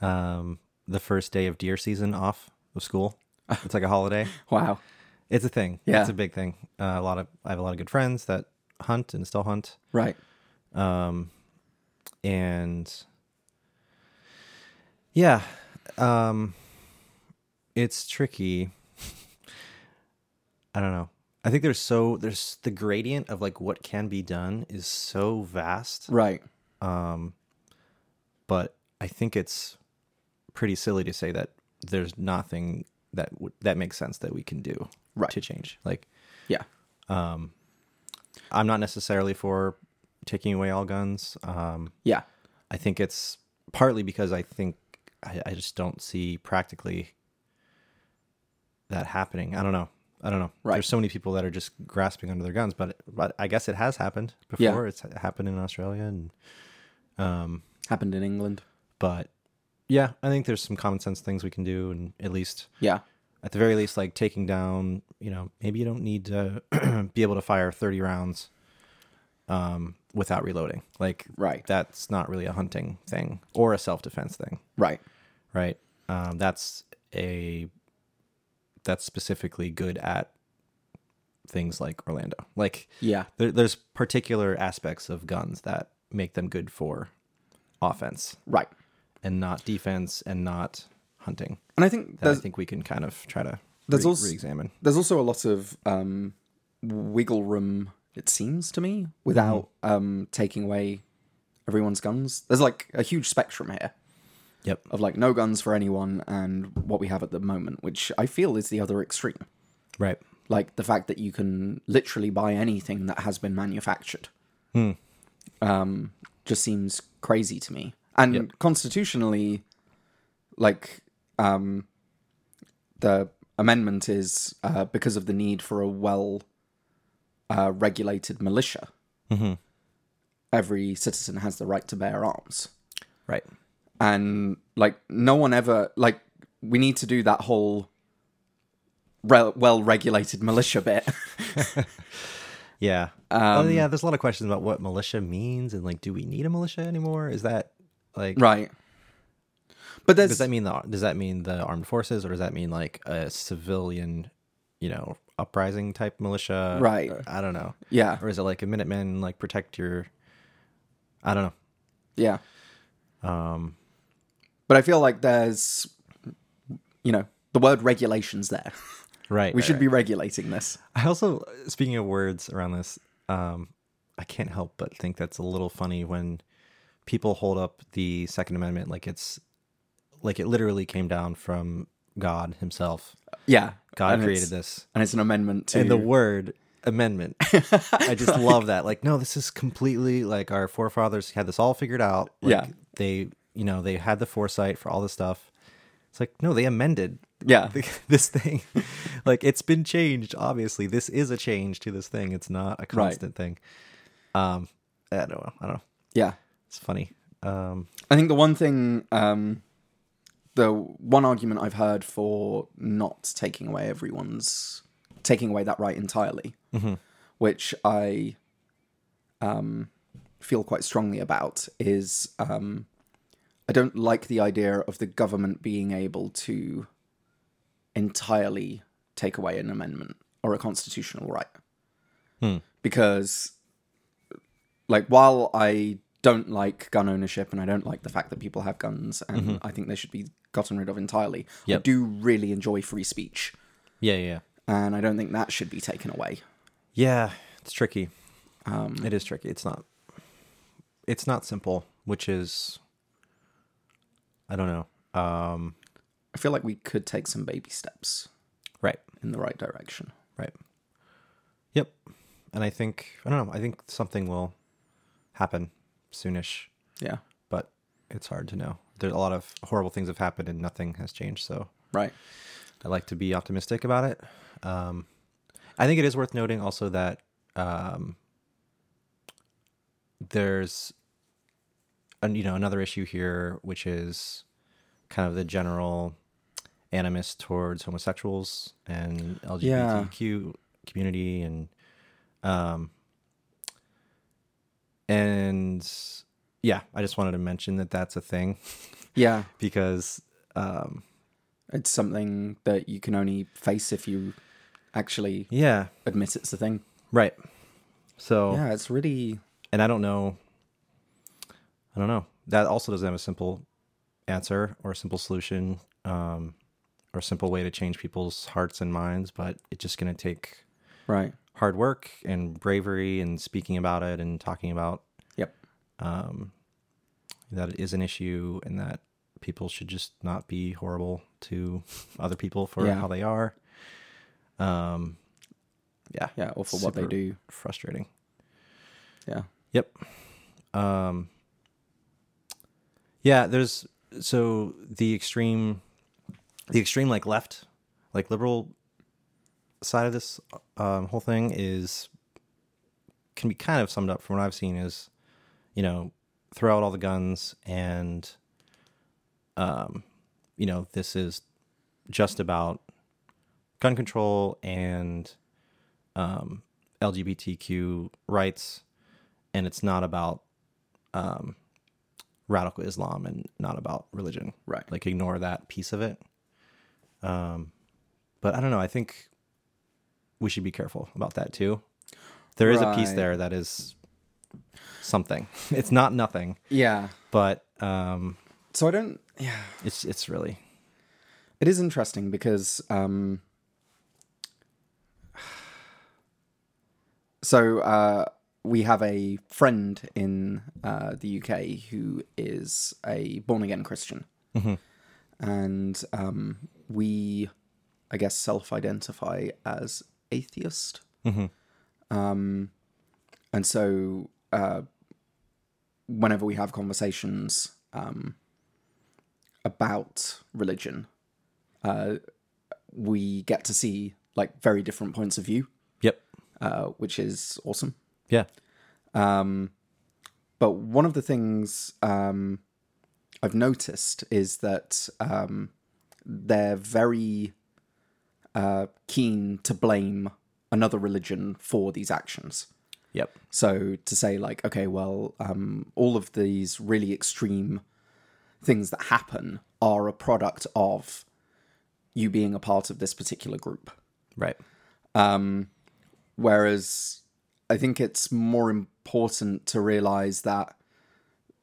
[SPEAKER 2] um, the first day of deer season off of school. It's like a holiday.
[SPEAKER 1] Wow.
[SPEAKER 2] It's a thing.
[SPEAKER 1] Yeah.
[SPEAKER 2] it's a big thing. Uh, a lot of I have a lot of good friends that hunt and still hunt,
[SPEAKER 1] Right.
[SPEAKER 2] and yeah, um, it's tricky. I don't know. I think there's so there's the gradient of like what can be done is so vast
[SPEAKER 1] Right.
[SPEAKER 2] but I think it's pretty silly to say that there's nothing that w- that makes sense that we can do
[SPEAKER 1] Right.
[SPEAKER 2] to change. Like
[SPEAKER 1] Yeah.
[SPEAKER 2] I'm not necessarily for taking away all guns. Um,
[SPEAKER 1] Yeah.
[SPEAKER 2] I think it's partly because I think I, I just don't see practically that happening. I don't know. I don't know.
[SPEAKER 1] Right.
[SPEAKER 2] There's so many people that are just grasping under their guns, but but I guess it has happened
[SPEAKER 1] Yeah.
[SPEAKER 2] before. It's happened in Australia and
[SPEAKER 1] Happened in England.
[SPEAKER 2] but yeah, I think there's some common sense things we can do and at least
[SPEAKER 1] Yeah.
[SPEAKER 2] at the very least, like taking down, you know, maybe you don't need to be able to fire 30 rounds um, without reloading. Like,
[SPEAKER 1] Right.
[SPEAKER 2] that's not really a hunting thing or a self defense thing,
[SPEAKER 1] Right.
[SPEAKER 2] right? Um, that's a, that's specifically good at things like Orlando. Like,
[SPEAKER 1] Yeah.
[SPEAKER 2] there, there's particular aspects of guns that make them good for offense
[SPEAKER 1] Right.
[SPEAKER 2] and not defense and not hunting
[SPEAKER 1] And I think
[SPEAKER 2] that I
[SPEAKER 1] there's,
[SPEAKER 2] think we can kind of try to
[SPEAKER 1] There's
[SPEAKER 2] re-
[SPEAKER 1] also-
[SPEAKER 2] examine
[SPEAKER 1] there's also a lot of um, wiggle room, it seems to me, without
[SPEAKER 2] Mm-hmm.
[SPEAKER 1] um, taking away everyone's guns. There's like a huge spectrum here
[SPEAKER 2] Yep.
[SPEAKER 1] of like no guns for anyone and what we have at the moment, which I feel is the other extreme.
[SPEAKER 2] Right.
[SPEAKER 1] Like the fact that you can literally buy anything that has been manufactured um, just seems crazy to me. And constitutionally, like um, the amendment is uh, because of the need for a well uh, regulated militia. Every citizen has the right to bear arms
[SPEAKER 2] Right.
[SPEAKER 1] and like no one ever like we need to do that whole re- well regulated militia bit
[SPEAKER 2] Yeah.
[SPEAKER 1] Um,
[SPEAKER 2] oh yeah. There's a lot of questions about what militia means and like, do we need a militia anymore? Is that like
[SPEAKER 1] right but
[SPEAKER 2] does
[SPEAKER 1] there's
[SPEAKER 2] that mean the does that mean the armed forces or does that mean like a civilian, you know, uprising type militia?
[SPEAKER 1] Right.
[SPEAKER 2] Or- I don't know.
[SPEAKER 1] yeah
[SPEAKER 2] Or is it like a Minutemen like protect your? I don't know.
[SPEAKER 1] yeah um but i feel like there's you know the word regulations there
[SPEAKER 2] Right.
[SPEAKER 1] we should be regulating this
[SPEAKER 2] I also, speaking of words around this, um, I can't help but think that's a little funny when people hold up the Second Amendment like it's like it literally came down from God Himself.
[SPEAKER 1] yeah
[SPEAKER 2] God
[SPEAKER 1] and
[SPEAKER 2] created
[SPEAKER 1] it's,
[SPEAKER 2] this,
[SPEAKER 1] and it's an amendment to
[SPEAKER 2] and the word amendment. I just love that. Like, no, this is completely like our forefathers had this all figured out. Like,
[SPEAKER 1] Yeah.
[SPEAKER 2] they you know they had the foresight for all this stuff. It's like no, they amended
[SPEAKER 1] yeah
[SPEAKER 2] this thing like it's been changed obviously this is a change to this thing it's not a constant thing um i don't know i don't know
[SPEAKER 1] yeah
[SPEAKER 2] it's funny um
[SPEAKER 1] I think the one thing, um, the one argument I've heard for not taking away everyone's taking away that right entirely, which I um, feel quite strongly about, is um, I don't like the idea of the government being able to entirely take away an amendment or a constitutional right, because like while I don't like gun ownership and I don't like the fact that people have guns and I think they should be gotten rid of entirely, I
[SPEAKER 2] Yep.
[SPEAKER 1] do really enjoy free speech
[SPEAKER 2] yeah yeah yeah.
[SPEAKER 1] and I don't think that should be taken away.
[SPEAKER 2] yeah it's tricky um it is tricky it's not it's not simple which is i don't know um
[SPEAKER 1] I feel like we could take some baby steps
[SPEAKER 2] right
[SPEAKER 1] in the right direction.
[SPEAKER 2] Right. Yep. And I think I don't know. I think something will happen soonish,
[SPEAKER 1] Yeah.
[SPEAKER 2] but it's hard to know. There's a lot of horrible things have happened and nothing has changed. So
[SPEAKER 1] Right.
[SPEAKER 2] I like to be optimistic about it. Um, I think it is worth noting also that um, there's an, you know another issue here, which is kind of the general animus towards homosexuals and LGBTQ community, and um, and yeah, I just wanted to mention that that's a thing
[SPEAKER 1] Yeah.
[SPEAKER 2] because um,
[SPEAKER 1] It's something that you can only face if you actually
[SPEAKER 2] yeah,
[SPEAKER 1] admit it's a thing.
[SPEAKER 2] right. So
[SPEAKER 1] Yeah, it's really
[SPEAKER 2] and I don't know. I don't know. That also doesn't have a simple answer or a simple solution um, or a simple way to change people's hearts and minds, but it's just going to take
[SPEAKER 1] right.
[SPEAKER 2] hard work and bravery and speaking about it and talking about
[SPEAKER 1] Yep.
[SPEAKER 2] um, that it is an issue and that people should just not be horrible to other people for
[SPEAKER 1] Yeah.
[SPEAKER 2] how they are. Um, yeah.
[SPEAKER 1] Yeah, or for what they
[SPEAKER 2] Super
[SPEAKER 1] do.
[SPEAKER 2] Frustrating.
[SPEAKER 1] Yeah.
[SPEAKER 2] Yep. Um, yeah, there's so the extreme, the extreme like left, like liberal side of this um, whole thing is can be kind of summed up from what I've seen is, you know, throw out all the guns and, um, you know, this is just about gun control and um, LGBTQ rights and it's not about um, radical Islam and not about religion.
[SPEAKER 1] Right.
[SPEAKER 2] Like ignore that piece of it. Um, but I don't know. I think we should be careful about that too. There is a piece
[SPEAKER 1] Right.
[SPEAKER 2] there that is something. it's not nothing,
[SPEAKER 1] Yeah.
[SPEAKER 2] but um,
[SPEAKER 1] So I don't yeah.
[SPEAKER 2] it's it's really
[SPEAKER 1] It is interesting because um so uh we have a friend in uh, the UK who is a born again Christian, and um, we, I guess, self identify as atheist. Um, and so, uh, whenever we have conversations um, about religion, uh, we get to see like very different points of view,
[SPEAKER 2] Yep.
[SPEAKER 1] uh, which is awesome.
[SPEAKER 2] Yeah.
[SPEAKER 1] But one of the things um, I've noticed is that um, they're very uh, keen to blame another religion for these actions.
[SPEAKER 2] Yep.
[SPEAKER 1] So to say, like, okay, well, um, all of these really extreme things that happen are a product of you being a part of this particular group.
[SPEAKER 2] Right.
[SPEAKER 1] Whereas I think it's more important to realize that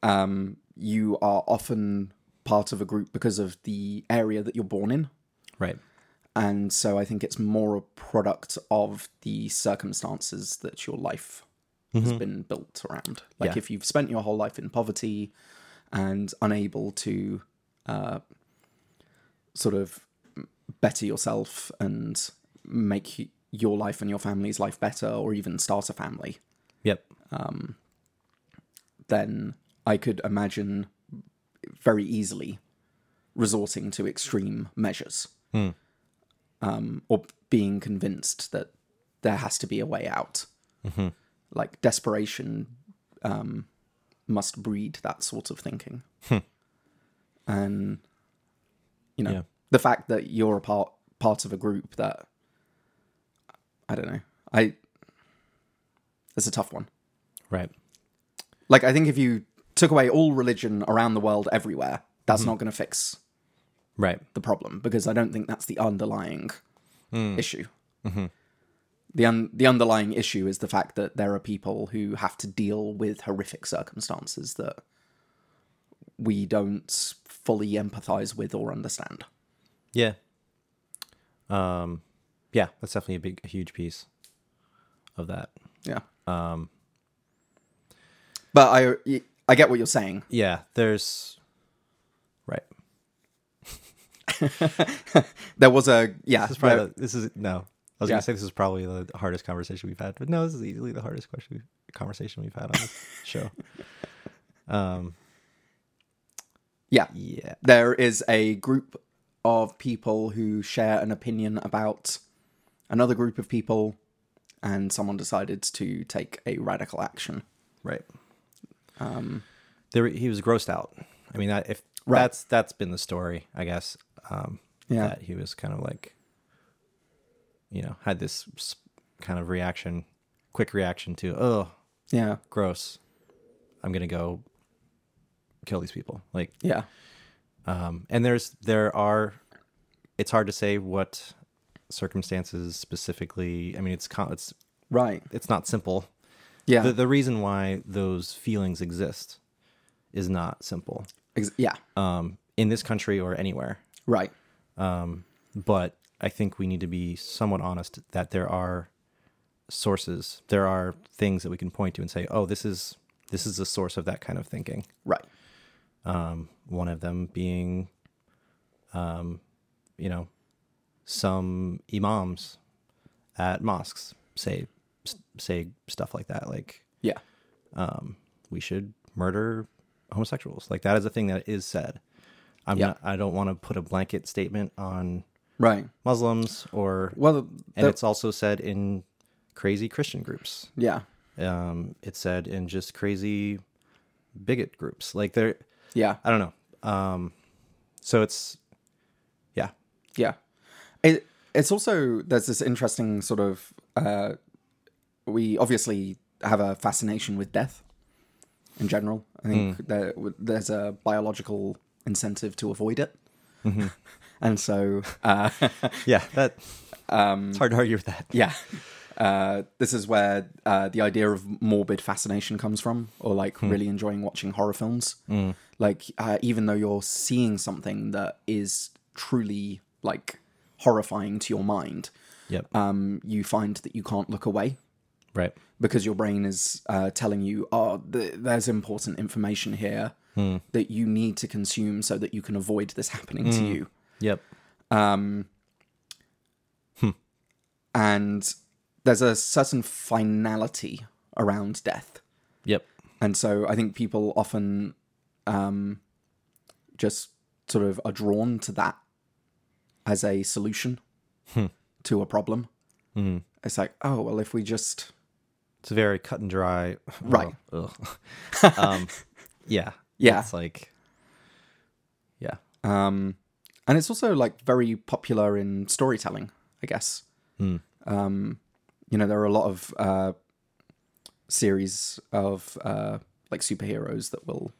[SPEAKER 1] um, you are often part of a group because of the area that you're born in.
[SPEAKER 2] Right.
[SPEAKER 1] And so I think it's more a product of the circumstances that your life has been built around. Like
[SPEAKER 2] Yeah.
[SPEAKER 1] if you've spent your whole life in poverty and unable to uh, sort of better yourself and make y- your life and your family's life better or even start a family,
[SPEAKER 2] Yep.
[SPEAKER 1] then I could imagine very easily resorting to extreme measures um, or being convinced that there has to be a way out. Like desperation um, must breed that sort of thinking. and, you know,
[SPEAKER 2] Yeah.
[SPEAKER 1] the fact that you're a part, part of a group that, I don't know, I, it's a tough one.
[SPEAKER 2] Right.
[SPEAKER 1] Like, I think if you took away all religion around the world everywhere, that's
[SPEAKER 2] Mm-hmm.
[SPEAKER 1] not going to fix
[SPEAKER 2] Right.
[SPEAKER 1] the problem because I don't think that's the underlying
[SPEAKER 2] Mm.
[SPEAKER 1] issue.
[SPEAKER 2] Mm-hmm.
[SPEAKER 1] The un- the underlying issue is the fact that there are people who have to deal with horrific circumstances that we don't fully empathize with or understand.
[SPEAKER 2] Yeah. Um, yeah, that's definitely a big, a huge piece of that.
[SPEAKER 1] Yeah. Um. But I I get what you're saying.
[SPEAKER 2] Yeah. There's. Right.
[SPEAKER 1] There was a yeah.
[SPEAKER 2] This is probably
[SPEAKER 1] there-
[SPEAKER 2] the- this is no. I was
[SPEAKER 1] Yeah.
[SPEAKER 2] gonna say this is probably the hardest conversation we've had, but no, this is easily the hardest question conversation we've had on this show. Um.
[SPEAKER 1] yeah.
[SPEAKER 2] Yeah.
[SPEAKER 1] there is a group of people who share an opinion about another group of people, and someone decided to take a radical action.
[SPEAKER 2] Right. Um. There, he was grossed out. I mean, I, if that's that's been the story, I guess. Um.
[SPEAKER 1] Yeah.
[SPEAKER 2] That he was kind of like, you know, had this s- kind of reaction, quick reaction to, oh,
[SPEAKER 1] Yeah,
[SPEAKER 2] gross. I'm gonna go kill these people. Like,
[SPEAKER 1] yeah,
[SPEAKER 2] um, and there's there are it's hard to say what circumstances specifically i mean it's con- it's
[SPEAKER 1] right.
[SPEAKER 2] it's not simple
[SPEAKER 1] Yeah,
[SPEAKER 2] the, the reason why those feelings exist is not simple
[SPEAKER 1] ex- yeah,
[SPEAKER 2] um, in this country or anywhere
[SPEAKER 1] right.
[SPEAKER 2] but i think we need to be somewhat honest that there are sources there are things that we can point to and say oh this is this is the source of that kind of thinking
[SPEAKER 1] Right.
[SPEAKER 2] um, one of them being um you know some imams at mosques say say stuff like that like um,
[SPEAKER 1] Yeah.
[SPEAKER 2] we should murder homosexuals like that is a thing that is said i'm
[SPEAKER 1] Yeah.
[SPEAKER 2] not i don't want to put a blanket statement on
[SPEAKER 1] Right.
[SPEAKER 2] muslims or
[SPEAKER 1] Well,
[SPEAKER 2] and
[SPEAKER 1] the-
[SPEAKER 2] it's also said in crazy christian groups
[SPEAKER 1] yeah,
[SPEAKER 2] um it's said in just crazy bigot groups like there
[SPEAKER 1] yeah,
[SPEAKER 2] i don't know um so it's yeah
[SPEAKER 1] yeah. It it's also there's this interesting sort of uh, we obviously have a fascination with death in general. I think there, there's a biological incentive to avoid it. and so, uh,
[SPEAKER 2] yeah that it's hard to argue with that
[SPEAKER 1] yeah, uh, this is where uh, the idea of morbid fascination comes from, or like really enjoying watching horror films. Like, uh, even though you're seeing something that is truly like horrifying to your mind,
[SPEAKER 2] Yep.
[SPEAKER 1] um, you find that you can't look away
[SPEAKER 2] right.
[SPEAKER 1] because your brain is uh, telling you, oh, th- there's important information here that you need to consume so that you can avoid this happening to you. Um,
[SPEAKER 2] Yep.
[SPEAKER 1] And there's a certain finality around death.
[SPEAKER 2] Yep.
[SPEAKER 1] And so I think people often um, just sort of are drawn to that as a solution to a problem. It's like, oh, well, if we just.
[SPEAKER 2] Mm-hmm. It's very cut and dry.
[SPEAKER 1] Right.
[SPEAKER 2] Well, ugh. um, yeah.
[SPEAKER 1] Yeah.
[SPEAKER 2] It's like, yeah.
[SPEAKER 1] Um, and it's also like very popular in storytelling, I guess. Um, you know, there are a lot of uh, series of uh, like superheroes that will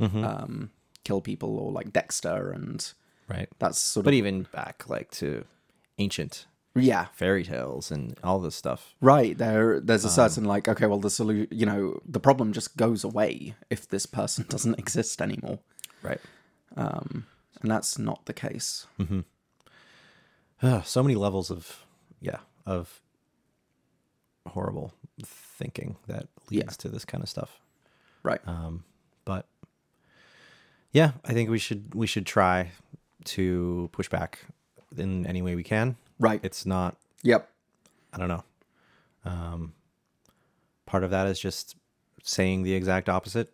[SPEAKER 1] um, kill people, or like Dexter, and
[SPEAKER 2] Right.
[SPEAKER 1] that's sort
[SPEAKER 2] But
[SPEAKER 1] of
[SPEAKER 2] even back like to ancient
[SPEAKER 1] yeah,
[SPEAKER 2] fairy tales and all this stuff.
[SPEAKER 1] right. There, there's a certain like, okay, well, the solution, you know, the problem just goes away if this person doesn't exist anymore, Um,
[SPEAKER 2] Right.
[SPEAKER 1] and that's not the case.
[SPEAKER 2] Ugh, so many levels of yeah of horrible thinking that leads to this kind of stuff Um,
[SPEAKER 1] Right.
[SPEAKER 2] but yeah i think we should we should try to push back in any way we can
[SPEAKER 1] right.
[SPEAKER 2] it's not
[SPEAKER 1] yep.
[SPEAKER 2] i don't know um part of that is just saying the exact opposite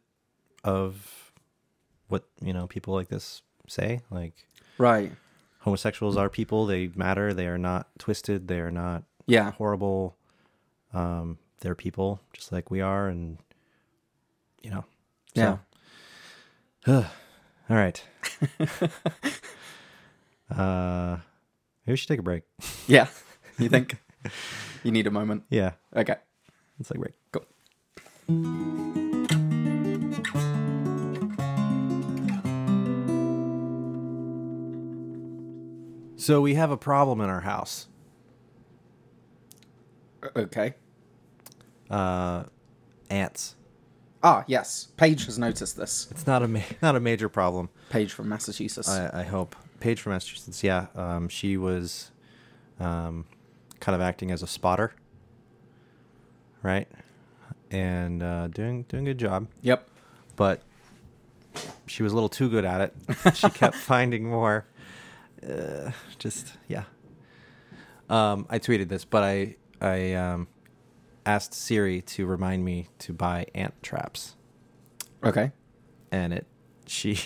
[SPEAKER 2] of what you know people like this say like
[SPEAKER 1] Right.
[SPEAKER 2] homosexuals are people they matter they are not twisted they are not
[SPEAKER 1] Yeah.
[SPEAKER 2] horrible. Um, they're people just like we are, and you know.
[SPEAKER 1] Yeah.
[SPEAKER 2] All right. uh, maybe we should take a break.
[SPEAKER 1] Yeah. You think you need a moment?
[SPEAKER 2] Yeah,
[SPEAKER 1] Okay.
[SPEAKER 2] let's take a break.
[SPEAKER 1] Cool.
[SPEAKER 2] So we have a problem in our house.
[SPEAKER 1] O- Okay.
[SPEAKER 2] Uh, ants.
[SPEAKER 1] Ah, yes. Paige has noticed this.
[SPEAKER 2] It's not a ma- not a major problem.
[SPEAKER 1] Paige from Massachusetts.
[SPEAKER 2] I, I hope. Paige from Massachusetts, yeah. Um, she was um, kind of acting as a spotter, right? And uh, doing doing a good job,
[SPEAKER 1] yep.
[SPEAKER 2] but she was a little too good at it. she kept finding more. Uh, just yeah. Um, I tweeted this, but I I um, asked Siri to remind me to buy ant traps
[SPEAKER 1] Okay.
[SPEAKER 2] and it she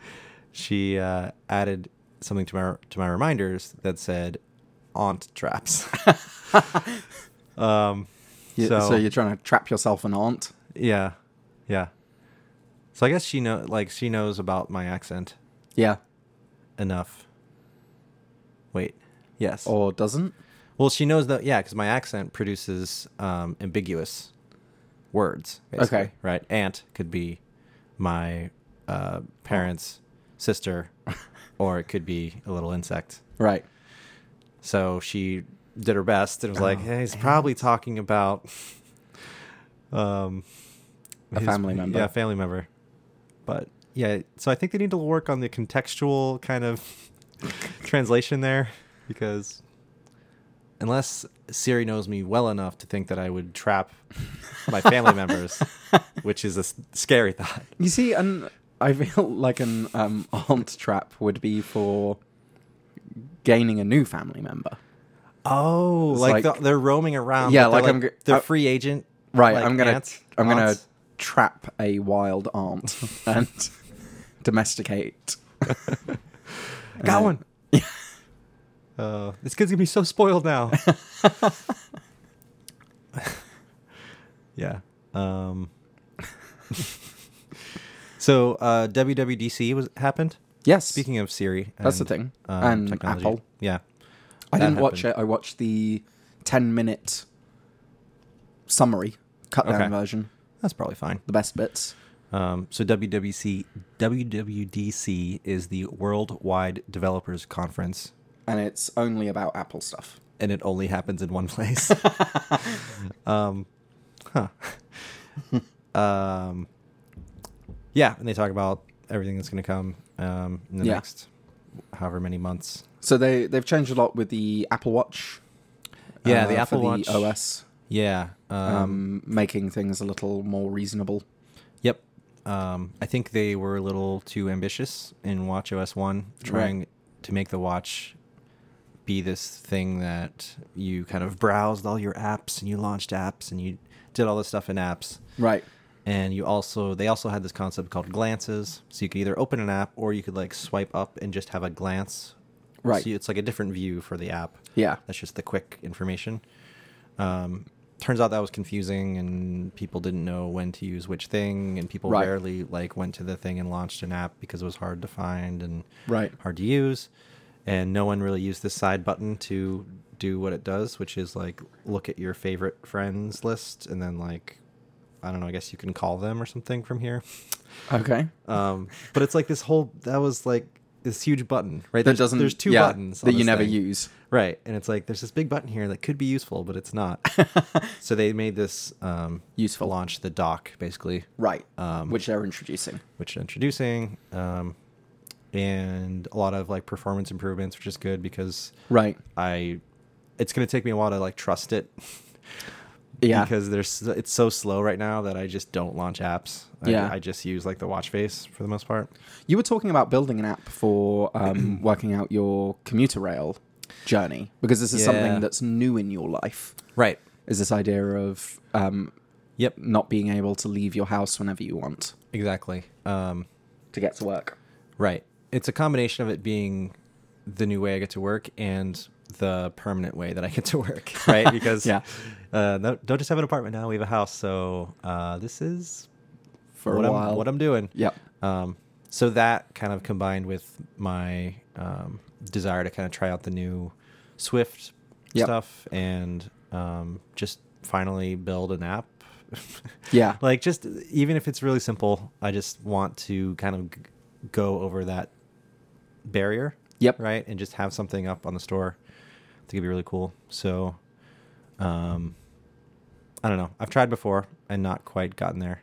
[SPEAKER 2] she uh, added something to my to my reminders that said aunt traps um
[SPEAKER 1] You- so,
[SPEAKER 2] so,
[SPEAKER 1] you're trying to trap yourself an aunt?
[SPEAKER 2] yeah yeah so i guess she know like she knows about my accent
[SPEAKER 1] Yeah.
[SPEAKER 2] enough wait yes
[SPEAKER 1] Or doesn't?
[SPEAKER 2] well she knows that yeah because my accent produces um ambiguous words
[SPEAKER 1] Okay.
[SPEAKER 2] right aunt could be my uh parents sister or it could be a little insect
[SPEAKER 1] Right.
[SPEAKER 2] So she did her best and was like,
[SPEAKER 1] Oh,
[SPEAKER 2] "Hey, he's probably talking about um,
[SPEAKER 1] A family member.
[SPEAKER 2] Yeah, family member. But yeah, so I think they need to work on the contextual kind of translation there because unless Siri knows me well enough to think that I would trap my family members, which is a s- scary thought.
[SPEAKER 1] You see, and I feel like an um, aunt trap would be for gaining a new family member.
[SPEAKER 2] Oh,
[SPEAKER 1] like-
[SPEAKER 2] like, the- they're roaming around.
[SPEAKER 1] Yeah,
[SPEAKER 2] but they're
[SPEAKER 1] like I'm g-
[SPEAKER 2] they're
[SPEAKER 1] I-
[SPEAKER 2] free agent.
[SPEAKER 1] Right.
[SPEAKER 2] like
[SPEAKER 1] I'm gonna.
[SPEAKER 2] ants,
[SPEAKER 1] I'm gonna
[SPEAKER 2] aunts.
[SPEAKER 1] trap a wild aunt and domesticate.
[SPEAKER 2] Got one. Uh, this kid's gonna be so spoiled now. yeah. Um. so uh, WWDC was happened.
[SPEAKER 1] Yes.
[SPEAKER 2] Speaking of Siri,
[SPEAKER 1] That's the
[SPEAKER 2] and,
[SPEAKER 1] thing.
[SPEAKER 2] um,
[SPEAKER 1] and
[SPEAKER 2] technology.
[SPEAKER 1] Apple.
[SPEAKER 2] Yeah.
[SPEAKER 1] I
[SPEAKER 2] That
[SPEAKER 1] didn't watch it. I watched the 10 minute summary, cut down
[SPEAKER 2] Okay.
[SPEAKER 1] version,
[SPEAKER 2] That's probably fine.
[SPEAKER 1] the best bits.
[SPEAKER 2] Um, so WWDC WWDC is the Worldwide Developers Conference
[SPEAKER 1] And it's only about Apple stuff.
[SPEAKER 2] and it only happens in one place. um, huh. um, yeah, and they talk about everything that's going to come um, in the
[SPEAKER 1] Yeah.
[SPEAKER 2] next however many months.
[SPEAKER 1] So they they've changed a lot with the Apple Watch. uh,
[SPEAKER 2] Yeah, the
[SPEAKER 1] for
[SPEAKER 2] Apple Watch.
[SPEAKER 1] OS,
[SPEAKER 2] Yeah. Um,
[SPEAKER 1] um, making things a little more reasonable.
[SPEAKER 2] Yep. Um, I think they were a little too ambitious in Watch OS 1, trying to make the watch be this thing that you kind of browsed all your apps and you launched apps and you did all this stuff in apps.
[SPEAKER 1] Right.
[SPEAKER 2] And you also, they also had this concept called glances. So you could either open an app or you could like swipe up and just have a glance.
[SPEAKER 1] Right.
[SPEAKER 2] So it's like a different view for the app.
[SPEAKER 1] Yeah.
[SPEAKER 2] That's just the quick information. Um, turns out that was confusing, and people didn't know when to use which thing, and people
[SPEAKER 1] Right.
[SPEAKER 2] rarely like went to the thing and launched an app because it was hard to find and
[SPEAKER 1] Right.
[SPEAKER 2] hard to use, and no one really used this side button to do what it does, which is like look at your favorite friends list, and then like I don't know, I guess you can call them or something from here.
[SPEAKER 1] Okay.
[SPEAKER 2] Um, but it's like this whole that was like this huge button, right?
[SPEAKER 1] That
[SPEAKER 2] There's-
[SPEAKER 1] doesn't.
[SPEAKER 2] There's two
[SPEAKER 1] yeah,
[SPEAKER 2] buttons on
[SPEAKER 1] that you
[SPEAKER 2] this
[SPEAKER 1] never
[SPEAKER 2] thing.
[SPEAKER 1] use.
[SPEAKER 2] Right. And it's like there's this big button here that could be useful, but it's not. so they made this um,
[SPEAKER 1] Useful.
[SPEAKER 2] launch the dock basically,
[SPEAKER 1] Right.
[SPEAKER 2] Um,
[SPEAKER 1] which they're introducing.
[SPEAKER 2] which they're introducing um, and a lot of like performance improvements, which is good because
[SPEAKER 1] Right.
[SPEAKER 2] I it's going to take me a while to like trust it.
[SPEAKER 1] Yeah.
[SPEAKER 2] Because there's it's so slow right now that I just don't launch apps. I,
[SPEAKER 1] Yeah.
[SPEAKER 2] I just use like the watch face for the most part.
[SPEAKER 1] You were talking about building an app for um, working out your commuter rail journey because this is
[SPEAKER 2] Yeah.
[SPEAKER 1] something that's new in your life.
[SPEAKER 2] Right.
[SPEAKER 1] Is this idea of um,
[SPEAKER 2] Yep.
[SPEAKER 1] not being able to leave your house whenever you want
[SPEAKER 2] Exactly. Um,
[SPEAKER 1] to get to work?
[SPEAKER 2] Right. It's a combination of it being the new way I get to work and the permanent way that I get to work, right? Because
[SPEAKER 1] Yeah.
[SPEAKER 2] uh, no, don't just have an apartment now. We have a house, so uh, this is
[SPEAKER 1] For
[SPEAKER 2] what
[SPEAKER 1] a
[SPEAKER 2] I'm
[SPEAKER 1] while.
[SPEAKER 2] what I'm doing.
[SPEAKER 1] Yep.
[SPEAKER 2] Um, so that kind of combined with my um, desire to kind of try out the new Swift
[SPEAKER 1] Yep.
[SPEAKER 2] stuff and um, just finally build an app.
[SPEAKER 1] Yeah.
[SPEAKER 2] like just even if it's really simple, I just want to kind of g- go over that barrier.
[SPEAKER 1] Yep.
[SPEAKER 2] Right, and just have something up on the store. I think it'd be really cool. So, um, I don't know. I've tried before and not quite gotten there,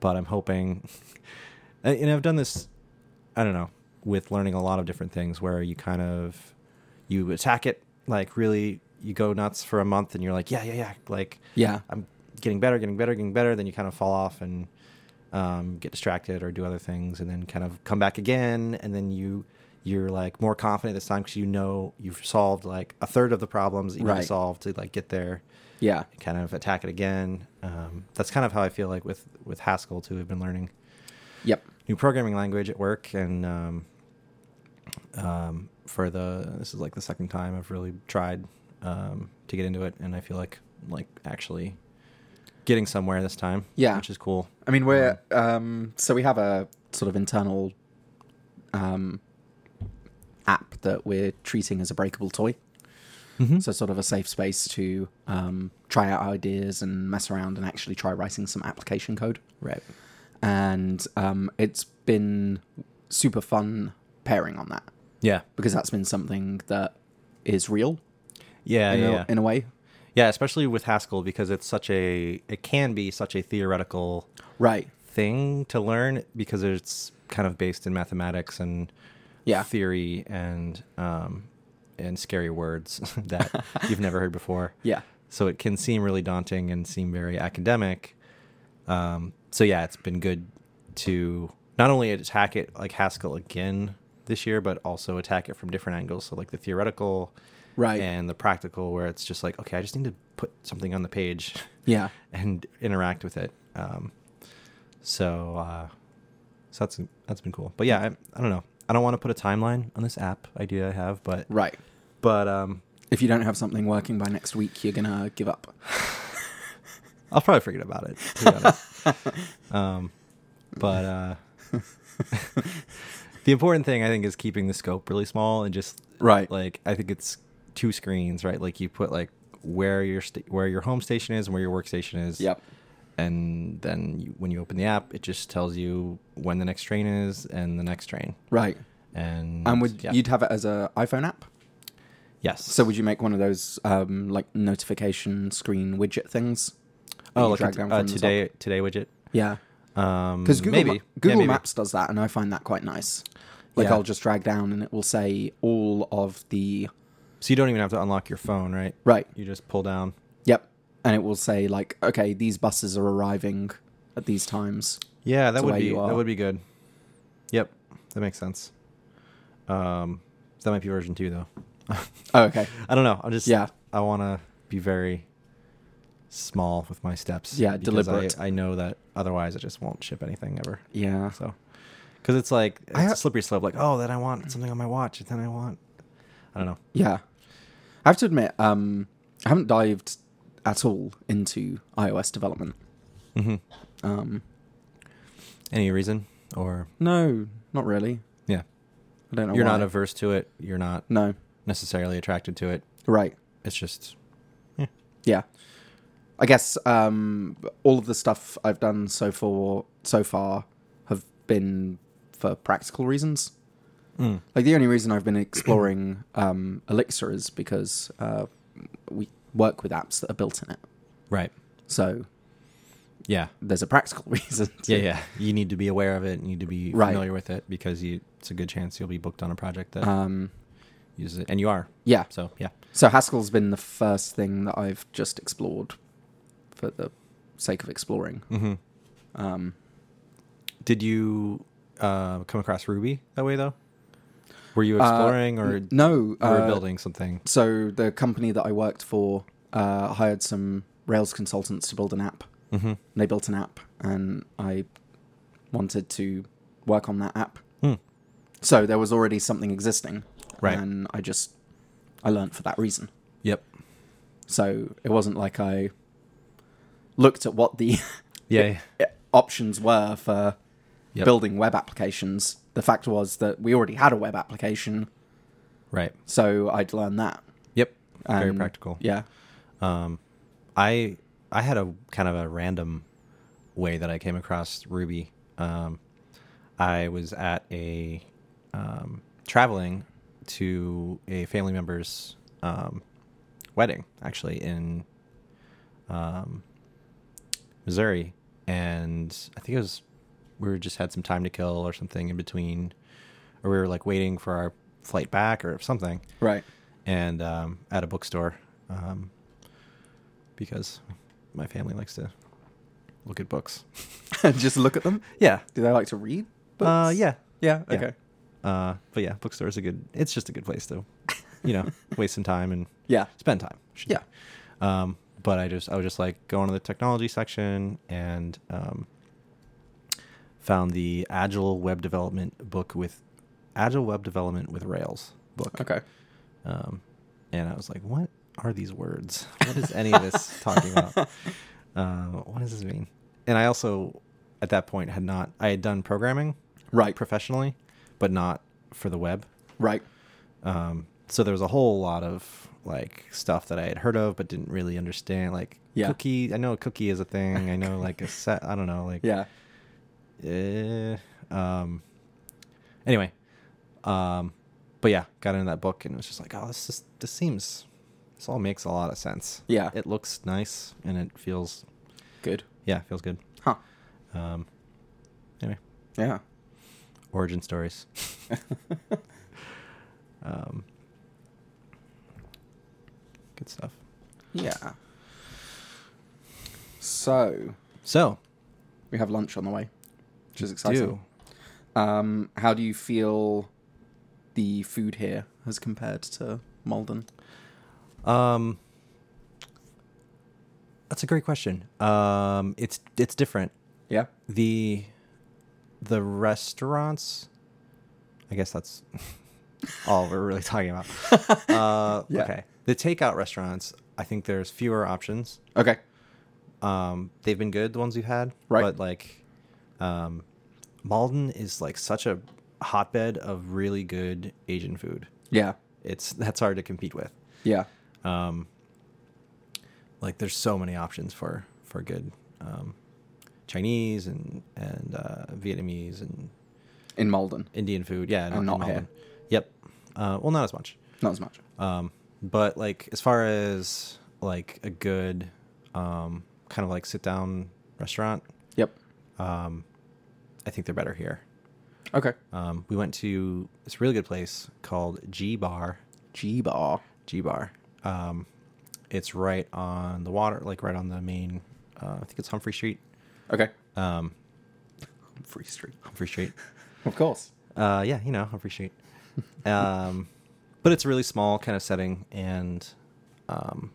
[SPEAKER 2] but I'm hoping. and and I've done this, I don't know, with learning a lot of different things where you kind of you attack it like really you go nuts for a month and you're like yeah yeah yeah like
[SPEAKER 1] Yeah.
[SPEAKER 2] I'm getting better getting better getting better then you kind of fall off and um, get distracted or do other things and then kind of come back again and then you you're like more confident this time because you know you've solved like a third of the problems that you need
[SPEAKER 1] Right.
[SPEAKER 2] to solve to like get there
[SPEAKER 1] Yeah.
[SPEAKER 2] kind of attack it again. Um, that's kind of how I feel like with with Haskell too. I've been learning
[SPEAKER 1] Yep.
[SPEAKER 2] new programming language at work, and um, um, for the this is like the second time I've really tried um, to get into it, and I feel like like actually getting somewhere this time.
[SPEAKER 1] Yeah.
[SPEAKER 2] which is cool.
[SPEAKER 1] I mean, we're um, so we have a sort of internal um, app that we're treating as a breakable toy.
[SPEAKER 2] Mhm.
[SPEAKER 1] So sort of a safe space to um, try out ideas and mess around and actually try writing some application code.
[SPEAKER 2] Right.
[SPEAKER 1] And um, it's been super fun pairing on that
[SPEAKER 2] Yeah.
[SPEAKER 1] because that's been something that is real
[SPEAKER 2] Yeah.
[SPEAKER 1] in,
[SPEAKER 2] yeah,
[SPEAKER 1] a,
[SPEAKER 2] yeah.
[SPEAKER 1] in a way.
[SPEAKER 2] yeah. Especially with Haskell because it's such a it can be such a theoretical
[SPEAKER 1] Right.
[SPEAKER 2] thing to learn because it's kind of based in mathematics and
[SPEAKER 1] Yeah.
[SPEAKER 2] theory and um, and scary words that you've never heard before.
[SPEAKER 1] Yeah.
[SPEAKER 2] So it can seem really daunting and seem very academic. Um, so yeah, it's been good to not only attack it like Haskell again this year, but also attack it from different angles. So like the theoretical
[SPEAKER 1] Right.
[SPEAKER 2] and the practical, where it's just like, okay, I just need to put something on the page
[SPEAKER 1] Yeah.
[SPEAKER 2] and interact with it. Um, so, uh, so that's that's been cool. But yeah, I, I don't know. I don't want to put a timeline on this app idea I have, but
[SPEAKER 1] Right.
[SPEAKER 2] but um,
[SPEAKER 1] If you don't have something working by next week, you're gonna give up.
[SPEAKER 2] I'll probably forget about it. To be honest. um, but uh, the important thing I think is keeping the scope really small and just
[SPEAKER 1] Right.
[SPEAKER 2] Like I think it's two screens, right? Like you put like where your st- where your home station is and where your workstation is.
[SPEAKER 1] Yep.
[SPEAKER 2] and then you, when you open the app, it just tells you when the next train is and the next train.
[SPEAKER 1] Right.
[SPEAKER 2] And
[SPEAKER 1] And would
[SPEAKER 2] yeah.
[SPEAKER 1] you'd have it as a iPhone app?
[SPEAKER 2] yes?
[SPEAKER 1] So would you make one of those um, like notification screen widget things? that
[SPEAKER 2] oh
[SPEAKER 1] you
[SPEAKER 2] like a
[SPEAKER 1] drag
[SPEAKER 2] t-
[SPEAKER 1] down
[SPEAKER 2] uh,
[SPEAKER 1] from the top?
[SPEAKER 2] today today widget.
[SPEAKER 1] Yeah,
[SPEAKER 2] Um,
[SPEAKER 1] because Google
[SPEAKER 2] maybe
[SPEAKER 1] Ma-
[SPEAKER 2] Yeah,
[SPEAKER 1] Google
[SPEAKER 2] maybe.
[SPEAKER 1] Maps does that, and I find that quite nice. Like
[SPEAKER 2] Yeah.
[SPEAKER 1] I'll just drag down and it will say all of the
[SPEAKER 2] So you don't even have to unlock your phone, right?
[SPEAKER 1] right.
[SPEAKER 2] You just pull down.
[SPEAKER 1] Yep. And it will say like, okay, these buses are arriving at these times.
[SPEAKER 2] Yeah, that
[SPEAKER 1] That's
[SPEAKER 2] would
[SPEAKER 1] where
[SPEAKER 2] be
[SPEAKER 1] you
[SPEAKER 2] that
[SPEAKER 1] are.
[SPEAKER 2] would be good. Yep, that makes sense. Um, that might be version two though.
[SPEAKER 1] Oh, okay.
[SPEAKER 2] I don't know. I'm just
[SPEAKER 1] Yeah.
[SPEAKER 2] I want to be very small with my steps.
[SPEAKER 1] Yeah,
[SPEAKER 2] because
[SPEAKER 1] deliberate.
[SPEAKER 2] I, I know that otherwise it just won't ship anything ever.
[SPEAKER 1] Yeah.
[SPEAKER 2] So, because it's like it's
[SPEAKER 1] I ha-
[SPEAKER 2] a slippery slope. Like, oh, then I want something on my watch. Then I want, I don't know.
[SPEAKER 1] Yeah. I have to admit, um, I haven't dived at all into iOS development. Um,
[SPEAKER 2] Any reason or
[SPEAKER 1] no, not really.
[SPEAKER 2] yeah,
[SPEAKER 1] I don't know.
[SPEAKER 2] you're
[SPEAKER 1] why.
[SPEAKER 2] not averse to it. You're not
[SPEAKER 1] No.
[SPEAKER 2] necessarily attracted to it.
[SPEAKER 1] Right.
[SPEAKER 2] It's just
[SPEAKER 1] Yeah. I guess um, all of the stuff I've done so far so far have been for practical reasons.
[SPEAKER 2] Mm.
[SPEAKER 1] Like the only reason I've been exploring um, Elixir is because uh, we work with apps that are built in it.
[SPEAKER 2] right.
[SPEAKER 1] So
[SPEAKER 2] Yeah.
[SPEAKER 1] there's a practical reason. to-
[SPEAKER 2] Yeah, yeah. You need to be aware of it. You need to be
[SPEAKER 1] Right.
[SPEAKER 2] familiar with it because you, it's a good chance you'll be booked on a project that
[SPEAKER 1] Um,
[SPEAKER 2] uses it, and you are.
[SPEAKER 1] yeah.
[SPEAKER 2] So yeah,
[SPEAKER 1] So Haskell's been the first thing that I've just explored for the sake of exploring.
[SPEAKER 2] Mm-hmm.
[SPEAKER 1] Um,
[SPEAKER 2] Did you uh, come across Ruby that way though? Were you
[SPEAKER 1] uh,
[SPEAKER 2] exploring or
[SPEAKER 1] n- no?
[SPEAKER 2] you were
[SPEAKER 1] uh,
[SPEAKER 2] building something?
[SPEAKER 1] so the company that I worked for uh, hired some Rails consultants to build an app.
[SPEAKER 2] Mm-hmm.
[SPEAKER 1] And they built an app, and I wanted to work on that app.
[SPEAKER 2] Hmm.
[SPEAKER 1] So there was already something existing,
[SPEAKER 2] Right.
[SPEAKER 1] And I just I learnt for that reason.
[SPEAKER 2] Yep.
[SPEAKER 1] So it wasn't like I looked at what the
[SPEAKER 2] Yeah. yeah.
[SPEAKER 1] options were for
[SPEAKER 2] Yep.
[SPEAKER 1] building web applications. The fact was that we already had a web application,
[SPEAKER 2] Right.
[SPEAKER 1] so I'd learn that.
[SPEAKER 2] Yep. Very
[SPEAKER 1] And,
[SPEAKER 2] practical.
[SPEAKER 1] Yeah.
[SPEAKER 2] Um, I I had a kind of a random way that I came across Ruby. Um, I was at a um, traveling to a family member's um, wedding, actually in um, Missouri, and I think it was we were just had some time to kill or something in between, or we were like waiting for our flight back or something
[SPEAKER 1] Right.
[SPEAKER 2] and um, at a bookstore um, because my family likes to look at books.
[SPEAKER 1] just look at them.
[SPEAKER 2] Yeah.
[SPEAKER 1] Do they like to read? Books?
[SPEAKER 2] Uh, yeah.
[SPEAKER 1] Yeah.
[SPEAKER 2] Yeah.
[SPEAKER 1] Okay.
[SPEAKER 2] Uh, but yeah, bookstore is a good. It's just a good place to, you know, waste some time and
[SPEAKER 1] Yeah.
[SPEAKER 2] spend time. I should
[SPEAKER 1] Yeah.
[SPEAKER 2] say. Um, but I just I was just like going to the technology section and um, found the Agile Web Development book with Agile Web Development with Rails book.
[SPEAKER 1] Okay.
[SPEAKER 2] Um, and I was like, what are these words? What is any of this talking about? Um, what does this mean? And I also, at that point, had not, I had done programming
[SPEAKER 1] Right.
[SPEAKER 2] professionally, but not for the web.
[SPEAKER 1] Right.
[SPEAKER 2] Um, so there was a whole lot of like stuff that I had heard of, but didn't really understand. Like
[SPEAKER 1] Yeah.
[SPEAKER 2] cookie, I know a cookie is a thing. I know like a set, I don't know, like
[SPEAKER 1] Yeah.
[SPEAKER 2] Eh, um, anyway, um, but yeah, got into that book and was just like, oh, this just this seems, this all makes a lot of sense.
[SPEAKER 1] Yeah.
[SPEAKER 2] it looks nice and it feels,
[SPEAKER 1] Good.
[SPEAKER 2] yeah, it feels good.
[SPEAKER 1] Huh.
[SPEAKER 2] Um, anyway,
[SPEAKER 1] Yeah.
[SPEAKER 2] origin stories. um, good stuff.
[SPEAKER 1] yeah. So
[SPEAKER 2] So,
[SPEAKER 1] we have lunch on the way, which is
[SPEAKER 2] do
[SPEAKER 1] exciting. Um, how do you feel the food here as compared to Malden?
[SPEAKER 2] Um, that's a great question. Um, it's it's different.
[SPEAKER 1] Yeah.
[SPEAKER 2] the the restaurants i guess that's all we're really talking about uh,
[SPEAKER 1] Yeah.
[SPEAKER 2] okay the takeout restaurants i think there's fewer options
[SPEAKER 1] Okay.
[SPEAKER 2] um, they've been good the ones we've had
[SPEAKER 1] Right.
[SPEAKER 2] but like um, malden is like such a hotbed of really good asian food
[SPEAKER 1] Yeah.
[SPEAKER 2] it's that's hard to compete with
[SPEAKER 1] Yeah.
[SPEAKER 2] um, like there's so many options for for good um, Chinese and and uh, Vietnamese and
[SPEAKER 1] In Malden,
[SPEAKER 2] Indian food. Yeah,
[SPEAKER 1] And not here.
[SPEAKER 2] Melbourne. Yep. Uh, well, not as much.
[SPEAKER 1] not as much.
[SPEAKER 2] Um, but like as far as like a good um, kind of like sit down restaurant,
[SPEAKER 1] Yep.
[SPEAKER 2] um, I think they're better here.
[SPEAKER 1] Okay.
[SPEAKER 2] Um, we went to this really good place called G Bar.
[SPEAKER 1] G bar.
[SPEAKER 2] G Bar. Um, it's right on the water, like right on the main. Uh, I think it's Humphrey Street.
[SPEAKER 1] Okay.
[SPEAKER 2] Um,
[SPEAKER 1] Free Street.
[SPEAKER 2] Humphrey Street.
[SPEAKER 1] Of course.
[SPEAKER 2] Uh, yeah, you know, Humphrey Street. Um, but it's a really small kind of setting and um,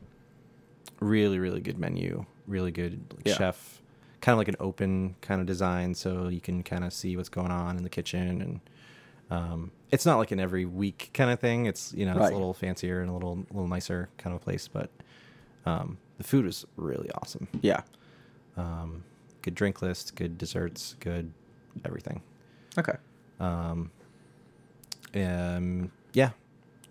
[SPEAKER 2] really, really good menu, really good like,
[SPEAKER 1] Yeah.
[SPEAKER 2] chef, kind of like an open kind of design, so you can kind of see what's going on in the kitchen and. Um, it's not like an every week kind of thing. It's you know it's
[SPEAKER 1] Right.
[SPEAKER 2] a little fancier and a little little nicer kind of place, but um, the food is really awesome.
[SPEAKER 1] Yeah.
[SPEAKER 2] Um, good drink list, good desserts, good everything.
[SPEAKER 1] Okay.
[SPEAKER 2] Um, um, yeah. So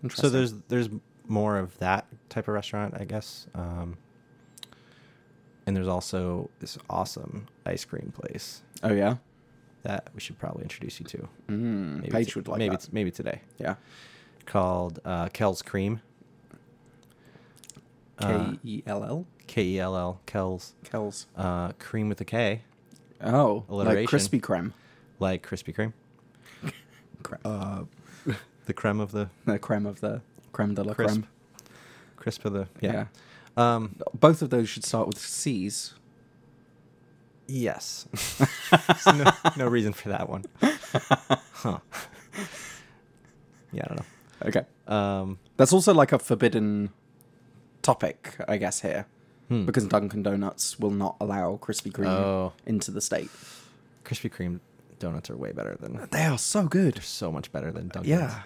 [SPEAKER 1] Interesting.
[SPEAKER 2] there's there's more of that type of restaurant, I guess. Um, and there's also this awesome ice cream place
[SPEAKER 1] Oh yeah.
[SPEAKER 2] that we should probably introduce you to.
[SPEAKER 1] Mm,
[SPEAKER 2] Maybe
[SPEAKER 1] Paige
[SPEAKER 2] to-
[SPEAKER 1] would like
[SPEAKER 2] maybe
[SPEAKER 1] that.
[SPEAKER 2] t- maybe today
[SPEAKER 1] yeah.
[SPEAKER 2] called uh, Kell's Cream. Uh,
[SPEAKER 1] K E L L.
[SPEAKER 2] K E L L Kell's
[SPEAKER 1] Kells.
[SPEAKER 2] uh, cream with a K,
[SPEAKER 1] Oh, like
[SPEAKER 2] alliteration.
[SPEAKER 1] Krispy Kreme.
[SPEAKER 2] like Krispy Kreme,
[SPEAKER 1] Cre- uh,
[SPEAKER 2] the creme of the
[SPEAKER 1] the creme of the creme de la
[SPEAKER 2] crisp,
[SPEAKER 1] creme.
[SPEAKER 2] crisp of the yeah.
[SPEAKER 1] Yeah.
[SPEAKER 2] Um,
[SPEAKER 1] Both of those should start with C's.
[SPEAKER 2] Yes. So no, no reason for that one. Huh. Yeah, I don't
[SPEAKER 1] Okay.
[SPEAKER 2] know. Um,
[SPEAKER 1] That's also like a forbidden topic, I guess, here.
[SPEAKER 2] Hmm.
[SPEAKER 1] Because Dunkin' Donuts will not allow Krispy Kreme
[SPEAKER 2] Oh.
[SPEAKER 1] into the state.
[SPEAKER 2] Krispy Kreme donuts are way better than.
[SPEAKER 1] They are so good.
[SPEAKER 2] They're so much better than Dunkin'.
[SPEAKER 1] Yeah.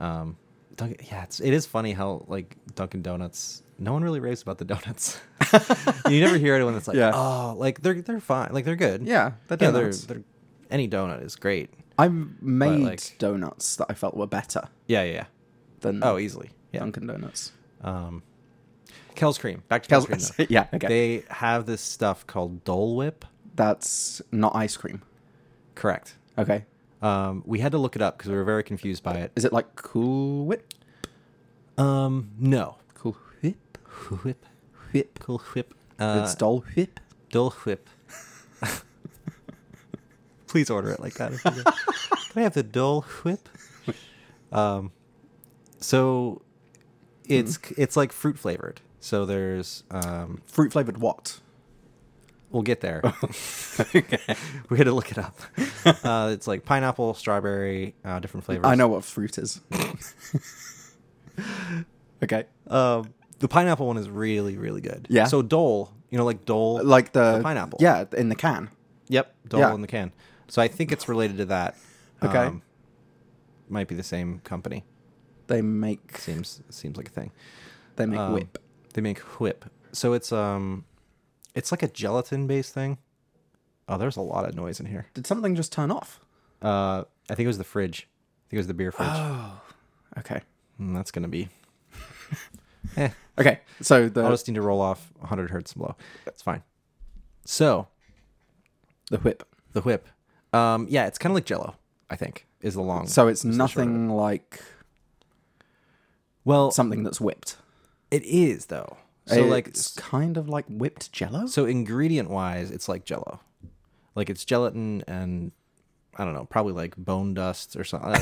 [SPEAKER 2] Um, Dunkin', yeah, it's, it is funny how like Dunkin' Donuts. No one really raves about the donuts. you never hear anyone that's like,
[SPEAKER 1] Yeah.
[SPEAKER 2] oh, like they're they're fine, like they're good.
[SPEAKER 1] Yeah, they're
[SPEAKER 2] Yeah,
[SPEAKER 1] donuts.
[SPEAKER 2] they're, any donut is great.
[SPEAKER 1] I made
[SPEAKER 2] like-
[SPEAKER 1] donuts that I felt were better
[SPEAKER 2] Yeah, yeah, yeah.
[SPEAKER 1] than
[SPEAKER 2] Oh, easily. Yeah.
[SPEAKER 1] Dunkin' Donuts.
[SPEAKER 2] Um, Kel's cream. Back to Kel's,
[SPEAKER 1] Kells-
[SPEAKER 2] cream. though.
[SPEAKER 1] yeah, okay.
[SPEAKER 2] They have this stuff called Dole Whip.
[SPEAKER 1] That's not ice cream.
[SPEAKER 2] Correct.
[SPEAKER 1] Okay.
[SPEAKER 2] Um, we had to look it up because we were very confused by it.
[SPEAKER 1] Is it like Cool Whip?
[SPEAKER 2] Um, no.
[SPEAKER 1] Cool Whip?
[SPEAKER 2] Whip.
[SPEAKER 1] Whip.
[SPEAKER 2] Cool whip. Uh,
[SPEAKER 1] it's Dole Whip.
[SPEAKER 2] Dole Whip. Please order it like that. if you do. Can I have the Dole Whip? Um, so it's
[SPEAKER 1] Hmm.
[SPEAKER 2] it's like fruit flavored. So there's um,
[SPEAKER 1] Fruit flavored what?
[SPEAKER 2] we'll get there.
[SPEAKER 1] okay.
[SPEAKER 2] we had to look it up. Uh, it's like pineapple, strawberry, uh, different flavors.
[SPEAKER 1] I know what fruit is. okay.
[SPEAKER 2] Uh, the pineapple one is really, really good.
[SPEAKER 1] Yeah.
[SPEAKER 2] So Dole, you know, like Dole,
[SPEAKER 1] Like the,
[SPEAKER 2] The pineapple.
[SPEAKER 1] Yeah, in the can.
[SPEAKER 2] Yep, Dole
[SPEAKER 1] Yeah.
[SPEAKER 2] in the can. So I think it's related to that. Um,
[SPEAKER 1] Okay.
[SPEAKER 2] might be the same company.
[SPEAKER 1] They make
[SPEAKER 2] Seems seems like a thing.
[SPEAKER 1] they make
[SPEAKER 2] Um,
[SPEAKER 1] whip.
[SPEAKER 2] They make whip. So it's um, it's like a gelatin based thing. Oh, there's a lot of noise in here.
[SPEAKER 1] Did something just turn off?
[SPEAKER 2] Uh, I think it was the fridge. I think it was the beer fridge.
[SPEAKER 1] Oh. Okay.
[SPEAKER 2] Mm, that's gonna be. eh,
[SPEAKER 1] Okay. So
[SPEAKER 2] I
[SPEAKER 1] the
[SPEAKER 2] just need to roll off 100 hertz and blow. It's fine. So
[SPEAKER 1] the whip.
[SPEAKER 2] the whip, um, yeah, it's kind of like Jello. I think is the long.
[SPEAKER 1] So it's
[SPEAKER 2] the short of
[SPEAKER 1] nothing like
[SPEAKER 2] well,
[SPEAKER 1] something that's whipped.
[SPEAKER 2] it is though. So like
[SPEAKER 1] it's kind of like whipped jello?
[SPEAKER 2] So ingredient wise, it's like Jello, like it's gelatin and I don't know, probably like bone dust or something.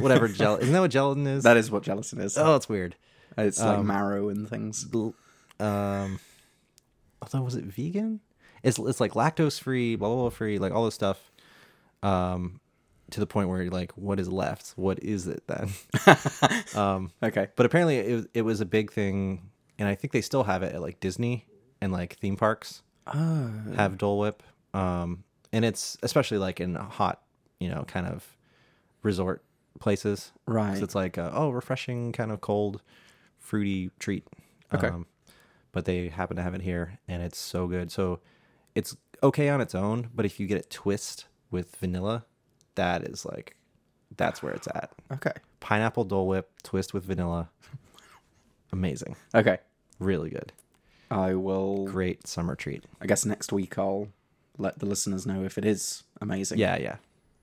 [SPEAKER 2] Whatever gel isn't that what gelatin is?
[SPEAKER 1] That is what gelatin is.
[SPEAKER 2] oh, it's weird.
[SPEAKER 1] It's like marrow and things.
[SPEAKER 2] Um, although was it vegan? It's it's like lactose free, blah blah blah free, like all this stuff. Um, to the point where you're like, what is left? What is it then?
[SPEAKER 1] Okay.
[SPEAKER 2] But apparently, it it was a big thing, and I think they still have it at like Disney and like theme parks.
[SPEAKER 1] Ah.
[SPEAKER 2] have Dole Whip. Um, and it's especially like in hot, you know, kind of resort places. 'Cause
[SPEAKER 1] Right.
[SPEAKER 2] it's like a, oh, refreshing kind of cold, fruity treat. Um,
[SPEAKER 1] Okay.
[SPEAKER 2] but they happen to have it here, and it's so good. So it's okay on its own, but if you get it twist with vanilla, that is like, that's where it's at.
[SPEAKER 1] Okay.
[SPEAKER 2] Pineapple Dole Whip twist with vanilla, amazing,
[SPEAKER 1] Okay.
[SPEAKER 2] really good,
[SPEAKER 1] I will
[SPEAKER 2] great summer treat.
[SPEAKER 1] I guess next week I'll let the listeners know if it is amazing
[SPEAKER 2] Yeah, yeah,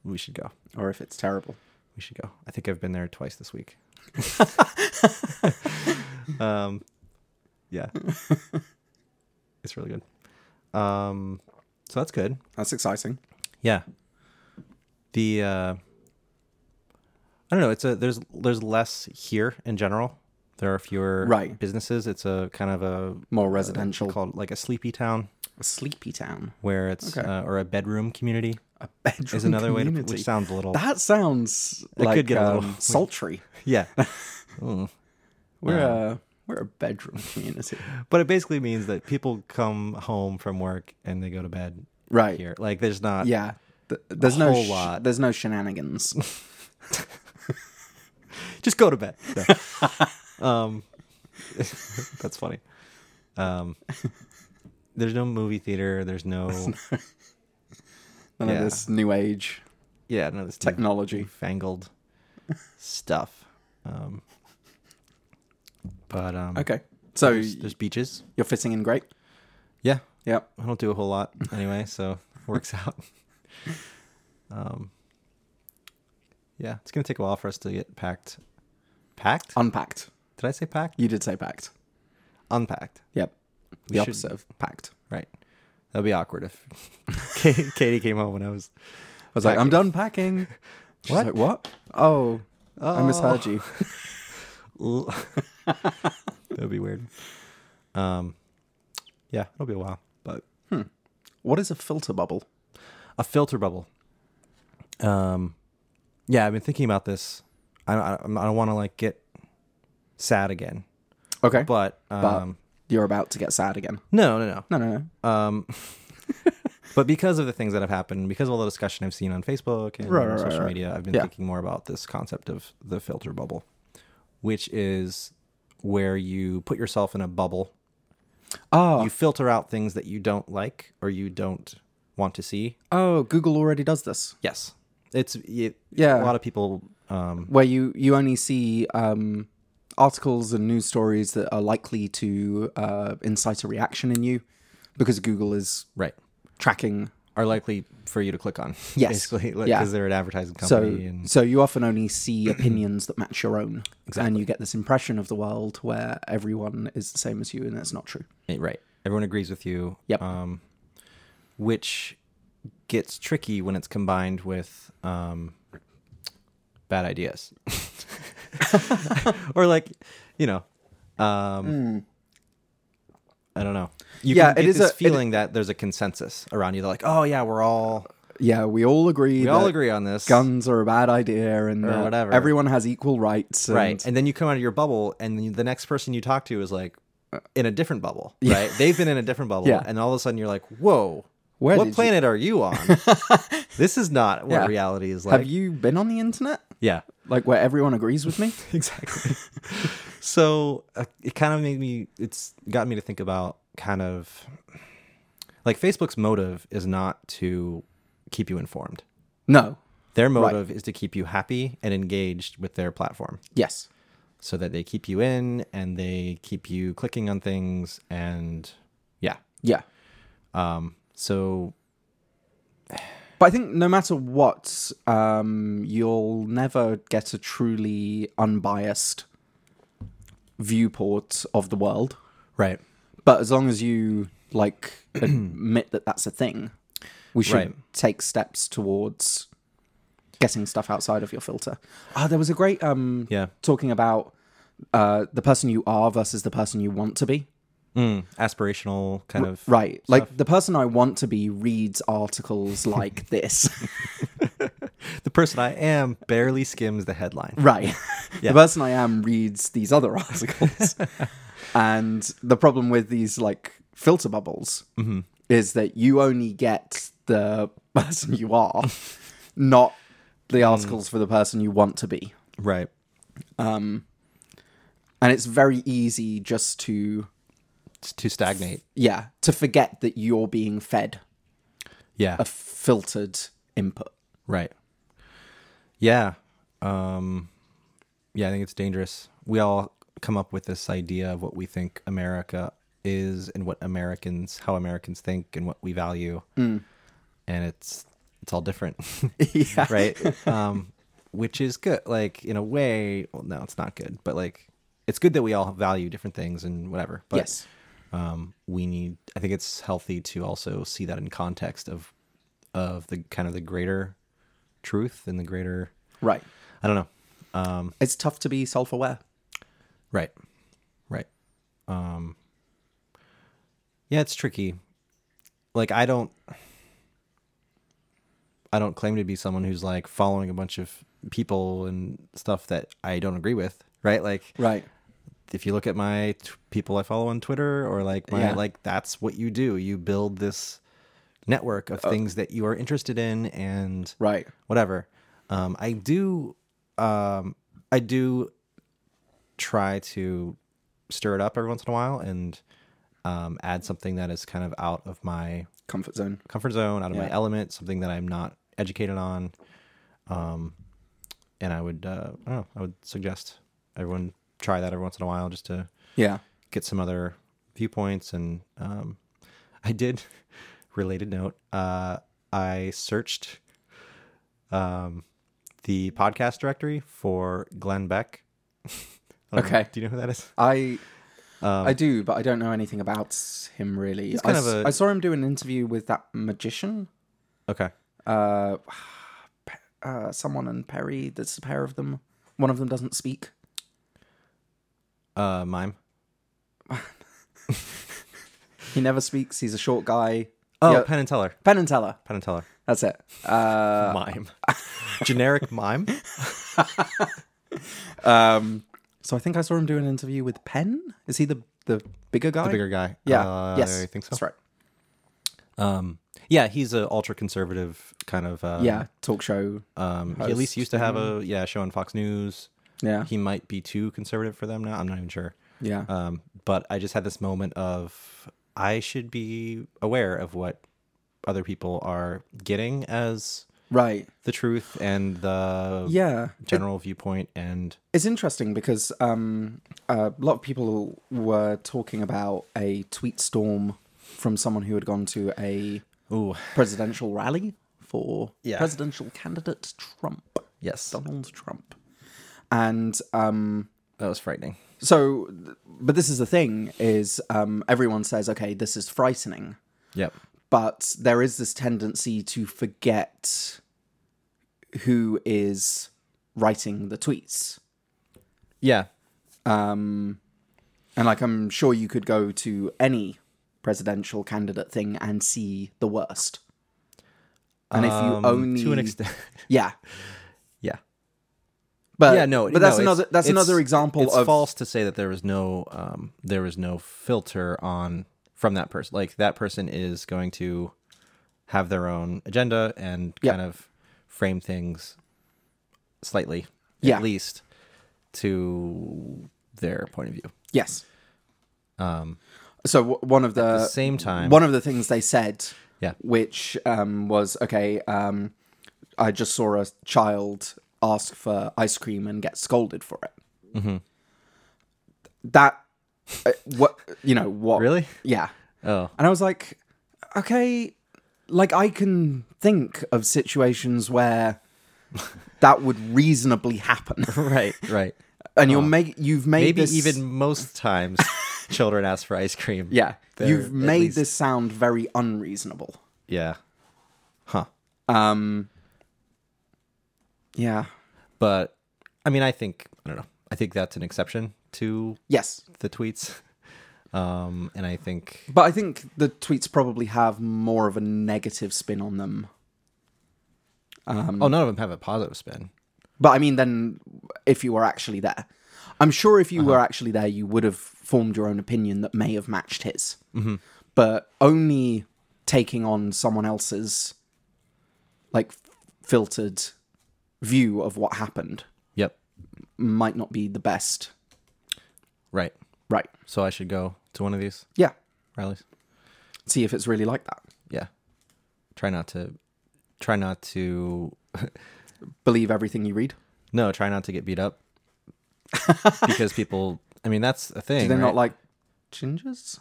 [SPEAKER 2] we should go.
[SPEAKER 1] or if it's terrible.
[SPEAKER 2] We should go. I think I've been there twice this week. um, yeah, it's really good. Um, so that's good.
[SPEAKER 1] That's exciting.
[SPEAKER 2] Yeah. the uh, I don't know. It's a there's there's less here in general. There are fewer
[SPEAKER 1] Right.
[SPEAKER 2] businesses. It's a kind of a
[SPEAKER 1] More residential.
[SPEAKER 2] called like a sleepy town
[SPEAKER 1] a sleepy town.
[SPEAKER 2] where it's
[SPEAKER 1] Okay.
[SPEAKER 2] uh, or a bedroom community
[SPEAKER 1] A bedroom
[SPEAKER 2] is another way to
[SPEAKER 1] community.
[SPEAKER 2] which sounds a little
[SPEAKER 1] that sounds
[SPEAKER 2] It
[SPEAKER 1] like
[SPEAKER 2] could get a little-
[SPEAKER 1] um, sultry.
[SPEAKER 2] yeah.
[SPEAKER 1] We're a we're a bedroom community,
[SPEAKER 2] But it basically means that people come home from work and they go to bed
[SPEAKER 1] right?
[SPEAKER 2] here. Like there's not
[SPEAKER 1] Yeah, Th- there's no
[SPEAKER 2] whole
[SPEAKER 1] sh-
[SPEAKER 2] lot.
[SPEAKER 1] there's no shenanigans.
[SPEAKER 2] just go to bed. No. um, that's funny. Um, there's no movie theater. There's no
[SPEAKER 1] None
[SPEAKER 2] Yeah.
[SPEAKER 1] of this new age
[SPEAKER 2] yeah, no this new
[SPEAKER 1] technology.
[SPEAKER 2] fangled stuff. Um, but um,
[SPEAKER 1] Okay, so
[SPEAKER 2] there's, there's beaches.
[SPEAKER 1] you're fitting in great.
[SPEAKER 2] Yeah,
[SPEAKER 1] Yep.
[SPEAKER 2] I don't do a whole lot anyway, so it works out. Um, yeah, it's gonna take a while for us to get packed. Packed?
[SPEAKER 1] Unpacked.
[SPEAKER 2] Did I say packed?
[SPEAKER 1] You did say packed.
[SPEAKER 2] Unpacked.
[SPEAKER 1] Yep.
[SPEAKER 2] We
[SPEAKER 1] the
[SPEAKER 2] should-
[SPEAKER 1] opposite of packed.
[SPEAKER 2] Right. That'd be awkward if Ka- Katie came home when I was.
[SPEAKER 1] I was like, I'm done packing. She's
[SPEAKER 2] What?
[SPEAKER 1] like, what? Oh, I misheard you.
[SPEAKER 2] That'd be weird. Um, yeah, it'll be a while. But
[SPEAKER 1] What is a filter bubble?
[SPEAKER 2] a filter bubble. Um, yeah, I've been thinking about this. I don't. I don't- I don't want to like get sad again.
[SPEAKER 1] Okay,
[SPEAKER 2] But um,
[SPEAKER 1] you're about to get sad again.
[SPEAKER 2] no, no, no.
[SPEAKER 1] No, no, no.
[SPEAKER 2] Um, but because of the things that have happened, because of all the discussion I've seen on Facebook and
[SPEAKER 1] Right, right,
[SPEAKER 2] social
[SPEAKER 1] right, right.
[SPEAKER 2] media, I've been
[SPEAKER 1] Yeah.
[SPEAKER 2] thinking more about this concept of the filter bubble, which is where you put yourself in a bubble.
[SPEAKER 1] Oh,
[SPEAKER 2] You filter out things that you don't like or you don't want to see.
[SPEAKER 1] oh, Google already does this.
[SPEAKER 2] Yes, it's it,
[SPEAKER 1] Yeah.
[SPEAKER 2] A lot of people. Um,
[SPEAKER 1] where you you only see um, articles and news stories that are likely to uh, incite a reaction in you because Google is
[SPEAKER 2] right.
[SPEAKER 1] tracking.
[SPEAKER 2] Are likely for you to click on,
[SPEAKER 1] Yes.
[SPEAKER 2] basically, because
[SPEAKER 1] Yeah.
[SPEAKER 2] they're an advertising
[SPEAKER 1] So
[SPEAKER 2] company, and
[SPEAKER 1] so you often only see opinions that match your own, and you get this impression of the world where everyone is the same as you, and that's not true.
[SPEAKER 2] Eh, Right. Everyone agrees with you.
[SPEAKER 1] Yep.
[SPEAKER 2] Um, which gets tricky when it's combined with um, bad ideas. or like, you know, um, I don't know. You
[SPEAKER 1] Hmm. Yeah,
[SPEAKER 2] can get
[SPEAKER 1] it is
[SPEAKER 2] this
[SPEAKER 1] a- it-
[SPEAKER 2] feeling that there's a consensus around you. They're like, oh yeah, we're all
[SPEAKER 1] Uh, Yeah, we all agree.
[SPEAKER 2] we all agree on this.
[SPEAKER 1] Guns are a bad idea, and
[SPEAKER 2] Or
[SPEAKER 1] uh,
[SPEAKER 2] whatever.
[SPEAKER 1] Everyone has equal rights. And,
[SPEAKER 2] Right. And then you come out of your bubble, and you- the next person you talk to is like in a different bubble, right? They've been in a different bubble.
[SPEAKER 1] Yeah.
[SPEAKER 2] And all of a sudden you're like, whoa,
[SPEAKER 1] Where did
[SPEAKER 2] what
[SPEAKER 1] you-
[SPEAKER 2] planet are you on? this is not what
[SPEAKER 1] Yeah.
[SPEAKER 2] reality is like.
[SPEAKER 1] Have you been on the internet?
[SPEAKER 2] yeah,
[SPEAKER 1] Like where everyone agrees with me?
[SPEAKER 2] exactly. so uh, it kind of made me, it's got me to think about kind of like Facebook's motive is not to keep you informed.
[SPEAKER 1] No.
[SPEAKER 2] Their motive is to keep you happy and engaged with their platform.
[SPEAKER 1] Yes.
[SPEAKER 2] so that they keep you in and they keep you clicking on things and yeah
[SPEAKER 1] Yeah.
[SPEAKER 2] um so
[SPEAKER 1] But I think no matter what, um, you'll never get a truly unbiased viewport of the world.
[SPEAKER 2] right
[SPEAKER 1] But as long as you like admit that that's a thing, we should
[SPEAKER 2] Right.
[SPEAKER 1] take steps towards getting stuff outside of your filter. Ah, there was a great um,
[SPEAKER 2] yeah
[SPEAKER 1] talking about uh, the person you are versus the person you want to be.
[SPEAKER 2] mm, aspirational kind of
[SPEAKER 1] Right. Like the person I want to be reads articles like this.
[SPEAKER 2] the person i am barely skims the headline
[SPEAKER 1] Right.
[SPEAKER 2] Yeah.
[SPEAKER 1] The person I am reads these other articles. and the problem with these like filter bubbles is that you only get the person you are, not the articles for the person you want to be.
[SPEAKER 2] right
[SPEAKER 1] And it's very easy just to
[SPEAKER 2] it's to stagnate
[SPEAKER 1] yeah, to forget that you're being fed
[SPEAKER 2] yeah
[SPEAKER 1] a filtered input.
[SPEAKER 2] right yeah um yeah i think it's dangerous we all come up with this idea of what we think america is and what americans how americans think and what we value
[SPEAKER 1] Mm.
[SPEAKER 2] and it's it's all different
[SPEAKER 1] yeah.
[SPEAKER 2] right? um, which is good. Like in a way, well, no, it's not good, but like it's good that we all value different things and whatever. But
[SPEAKER 1] Yes.
[SPEAKER 2] um, we need. I think it's healthy to also see that in context of of the kind of the greater truth and the greater.
[SPEAKER 1] Right.
[SPEAKER 2] I don't know. Um,
[SPEAKER 1] It's tough to be self aware.
[SPEAKER 2] right. Right. Um, yeah, it's tricky. Like I don't. I don't claim to be someone who's like following a bunch of people and stuff that I don't agree with. Right. Like
[SPEAKER 1] Right.
[SPEAKER 2] if you look at my t- people I follow on Twitter or like my
[SPEAKER 1] Yeah.
[SPEAKER 2] like that's what you do. You build this network of
[SPEAKER 1] Uh,
[SPEAKER 2] things that you are interested in and
[SPEAKER 1] Right.
[SPEAKER 2] whatever. Um, I do, um, I do try to stir it up every once in a while and um, add something that is kind of out of my
[SPEAKER 1] Comfort zone.
[SPEAKER 2] comfort zone, out of my
[SPEAKER 1] Yeah.
[SPEAKER 2] element, something that I'm not educated on. Um, and I would, uh, I don't know, I would suggest everyone try that every once in a while just to
[SPEAKER 1] Yeah.
[SPEAKER 2] get some other viewpoints. And um, I did, related note, uh, I searched um, the podcast directory for Glenn Beck. I don't know.
[SPEAKER 1] Okay.
[SPEAKER 2] do you know who that is?
[SPEAKER 1] I I do, but I don't know anything about him really. I
[SPEAKER 2] Um, kind
[SPEAKER 1] s-
[SPEAKER 2] of a-
[SPEAKER 1] I saw him do an interview with that magician,
[SPEAKER 2] Okay.
[SPEAKER 1] uh, Pe- uh, someone and Perry. That's a pair of them. One of them doesn't speak.
[SPEAKER 2] Uh, mime.
[SPEAKER 1] He never speaks. He's a short guy.
[SPEAKER 2] Oh,
[SPEAKER 1] Yeah,
[SPEAKER 2] Penn and Teller.
[SPEAKER 1] Penn and Teller.
[SPEAKER 2] Penn and Teller.
[SPEAKER 1] That's it. Uh,
[SPEAKER 2] mime. Generic mime.
[SPEAKER 1] um, so I think I saw him do an interview with Penn. Is he the the bigger guy?
[SPEAKER 2] The bigger guy.
[SPEAKER 1] Yeah.
[SPEAKER 2] Uh,
[SPEAKER 1] yes.
[SPEAKER 2] I think so.
[SPEAKER 1] That's right.
[SPEAKER 2] Um, yeah, he's an ultra conservative kind of. Uh,
[SPEAKER 1] Yeah. Talk show.
[SPEAKER 2] Um, he at least
[SPEAKER 1] Host
[SPEAKER 2] used to have a yeah show on Fox News.
[SPEAKER 1] Yeah.
[SPEAKER 2] He might be too conservative for them now. I'm not even sure.
[SPEAKER 1] yeah.
[SPEAKER 2] Um, but I just had this moment of I should be aware of what other people are getting as
[SPEAKER 1] right.
[SPEAKER 2] the truth and the
[SPEAKER 1] Yeah.
[SPEAKER 2] general viewpoint and
[SPEAKER 1] It's interesting because um, a lot of people were talking about a tweet storm from someone who had gone to a
[SPEAKER 2] ooh
[SPEAKER 1] presidential rally for
[SPEAKER 2] Yeah.
[SPEAKER 1] presidential candidate Trump,
[SPEAKER 2] yes
[SPEAKER 1] Donald Trump. And um,
[SPEAKER 2] that was frightening.
[SPEAKER 1] so, th- but this is the thing is um, everyone says, okay, this is frightening.
[SPEAKER 2] Yep.
[SPEAKER 1] But there is this tendency to forget who is writing the tweets.
[SPEAKER 2] Yeah.
[SPEAKER 1] Um, and like, I'm sure you could go to any presidential candidate thing and see the worst. And if
[SPEAKER 2] Um,
[SPEAKER 1] you only
[SPEAKER 2] to an extent.
[SPEAKER 1] yeah,
[SPEAKER 2] yeah.
[SPEAKER 1] but
[SPEAKER 2] yeah, no,
[SPEAKER 1] Uh, but that's
[SPEAKER 2] no, it's-
[SPEAKER 1] another that's
[SPEAKER 2] it's-
[SPEAKER 1] another example
[SPEAKER 2] It's
[SPEAKER 1] of
[SPEAKER 2] false to say that there was no um, there was no filter on from that person. Like that person is going to have their own agenda and
[SPEAKER 1] Yeah.
[SPEAKER 2] kind of frame things slightly,
[SPEAKER 1] Yeah.
[SPEAKER 2] at least to their point of view.
[SPEAKER 1] yes.
[SPEAKER 2] Um,
[SPEAKER 1] So w- one of
[SPEAKER 2] at
[SPEAKER 1] the
[SPEAKER 2] the same time,
[SPEAKER 1] Uh, one of the things they said,
[SPEAKER 2] Yeah.
[SPEAKER 1] which um, was okay. Um, I just saw a child ask for ice cream and get scolded for it. Mm-hmm. That uh, what you know what
[SPEAKER 2] really?
[SPEAKER 1] yeah
[SPEAKER 2] Oh,
[SPEAKER 1] And I was like, okay, like I can think of situations where that would reasonably happen.
[SPEAKER 2] right, right.
[SPEAKER 1] And you're make you've made
[SPEAKER 2] Maybe
[SPEAKER 1] this-
[SPEAKER 2] even most times, children ask for ice cream.
[SPEAKER 1] yeah,
[SPEAKER 2] They're at
[SPEAKER 1] you've made
[SPEAKER 2] least-
[SPEAKER 1] this sound very unreasonable.
[SPEAKER 2] yeah, huh.
[SPEAKER 1] Um yeah.
[SPEAKER 2] But I mean, I think I don't know. I think that's an exception to
[SPEAKER 1] Yes.
[SPEAKER 2] the tweets. Um, and I think
[SPEAKER 1] But I think the tweets probably have more of a negative spin on them.
[SPEAKER 2] oh, none of them have a positive spin.
[SPEAKER 1] But I mean then if you were actually there. I'm sure if you
[SPEAKER 2] Uh-huh.
[SPEAKER 1] were actually there you would have formed your own opinion that may have matched his.
[SPEAKER 2] Mm-hmm.
[SPEAKER 1] But only taking on someone else's like f- filtered view of what happened
[SPEAKER 2] Yep,
[SPEAKER 1] might not be the best.
[SPEAKER 2] right.
[SPEAKER 1] Right.
[SPEAKER 2] So I should go to one of these
[SPEAKER 1] Yeah.
[SPEAKER 2] rallies.
[SPEAKER 1] See if it's really like that.
[SPEAKER 2] Yeah, try not to, try not to,
[SPEAKER 1] Believe everything you read.
[SPEAKER 2] no, try not to get beat up because people. I mean, that's a thing.
[SPEAKER 1] Do they
[SPEAKER 2] right?
[SPEAKER 1] not like gingers?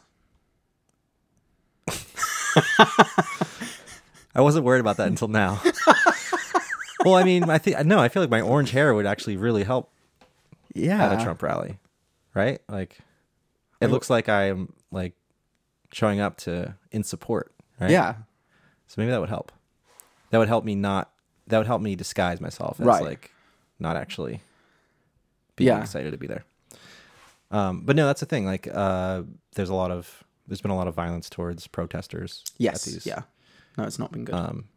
[SPEAKER 2] I wasn't worried about that until now. well, I mean, I think no. I feel like my orange hair would actually really help
[SPEAKER 1] Yeah.
[SPEAKER 2] at a Trump rally, right? Like, it looks like I'm like showing up to in support, right?
[SPEAKER 1] Yeah.
[SPEAKER 2] So maybe that would help. That would help me not that would help me disguise myself as
[SPEAKER 1] Right.
[SPEAKER 2] like not actually being
[SPEAKER 1] Yeah.
[SPEAKER 2] excited to be there. Um, but no, that's the thing. Like, uh, there's a lot of there's been a lot of violence towards protesters. at
[SPEAKER 1] Yes.
[SPEAKER 2] these-
[SPEAKER 1] Yeah. No, it's not been good.
[SPEAKER 2] Um,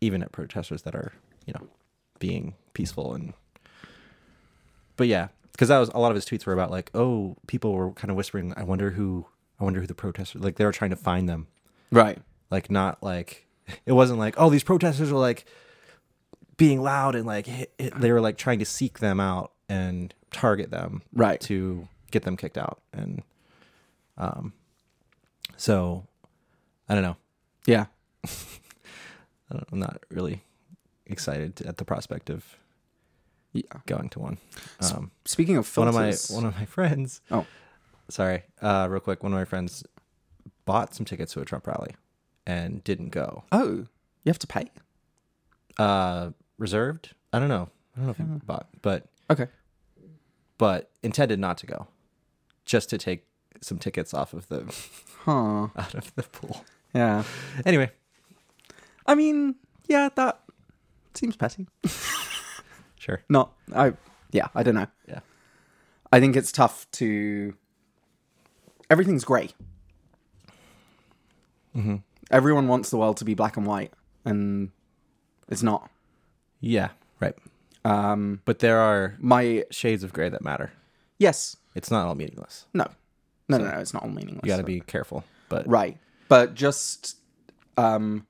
[SPEAKER 2] even at protesters that are you know being peaceful and. But yeah, because that was a lot of his tweets were about like, oh, people were kind of whispering, I wonder who, I wonder who the protesters like. They were trying to find them
[SPEAKER 1] right.
[SPEAKER 2] like not like it wasn't like oh these protesters were like being loud and like hit, hit- they were like trying to seek them out and target them
[SPEAKER 1] Right.
[SPEAKER 2] to get them kicked out and um so i don't know
[SPEAKER 1] Yeah.
[SPEAKER 2] I don't- i'm not really excited at the prospect of
[SPEAKER 1] Yeah.
[SPEAKER 2] going to one um
[SPEAKER 1] Speaking of
[SPEAKER 2] one of
[SPEAKER 1] filters,
[SPEAKER 2] my one of my friends
[SPEAKER 1] Oh.
[SPEAKER 2] sorry uh real quick one of my friends bought some tickets to a trump rally and didn't go
[SPEAKER 1] oh, you have to pay.
[SPEAKER 2] uh reserved i don't know i don't know if he bought but
[SPEAKER 1] Hmm. Okay.
[SPEAKER 2] but intended not to go just to take some tickets off of the
[SPEAKER 1] Huh.
[SPEAKER 2] out of the pool
[SPEAKER 1] Yeah.
[SPEAKER 2] anyway
[SPEAKER 1] I mean, yeah, that seems petty.
[SPEAKER 2] sure
[SPEAKER 1] Not. I. Yeah. I don't know.
[SPEAKER 2] yeah
[SPEAKER 1] I think it's tough to. Everything's grey.
[SPEAKER 2] Mm-hmm.
[SPEAKER 1] Everyone wants the world to be black and white, and it's not.
[SPEAKER 2] yeah right
[SPEAKER 1] Um,
[SPEAKER 2] but there are
[SPEAKER 1] my
[SPEAKER 2] shades of gray that matter
[SPEAKER 1] yes,
[SPEAKER 2] it's not all meaningless
[SPEAKER 1] no, no, no, no, it's not all meaningless.
[SPEAKER 2] you got to be careful but
[SPEAKER 1] right, but just um,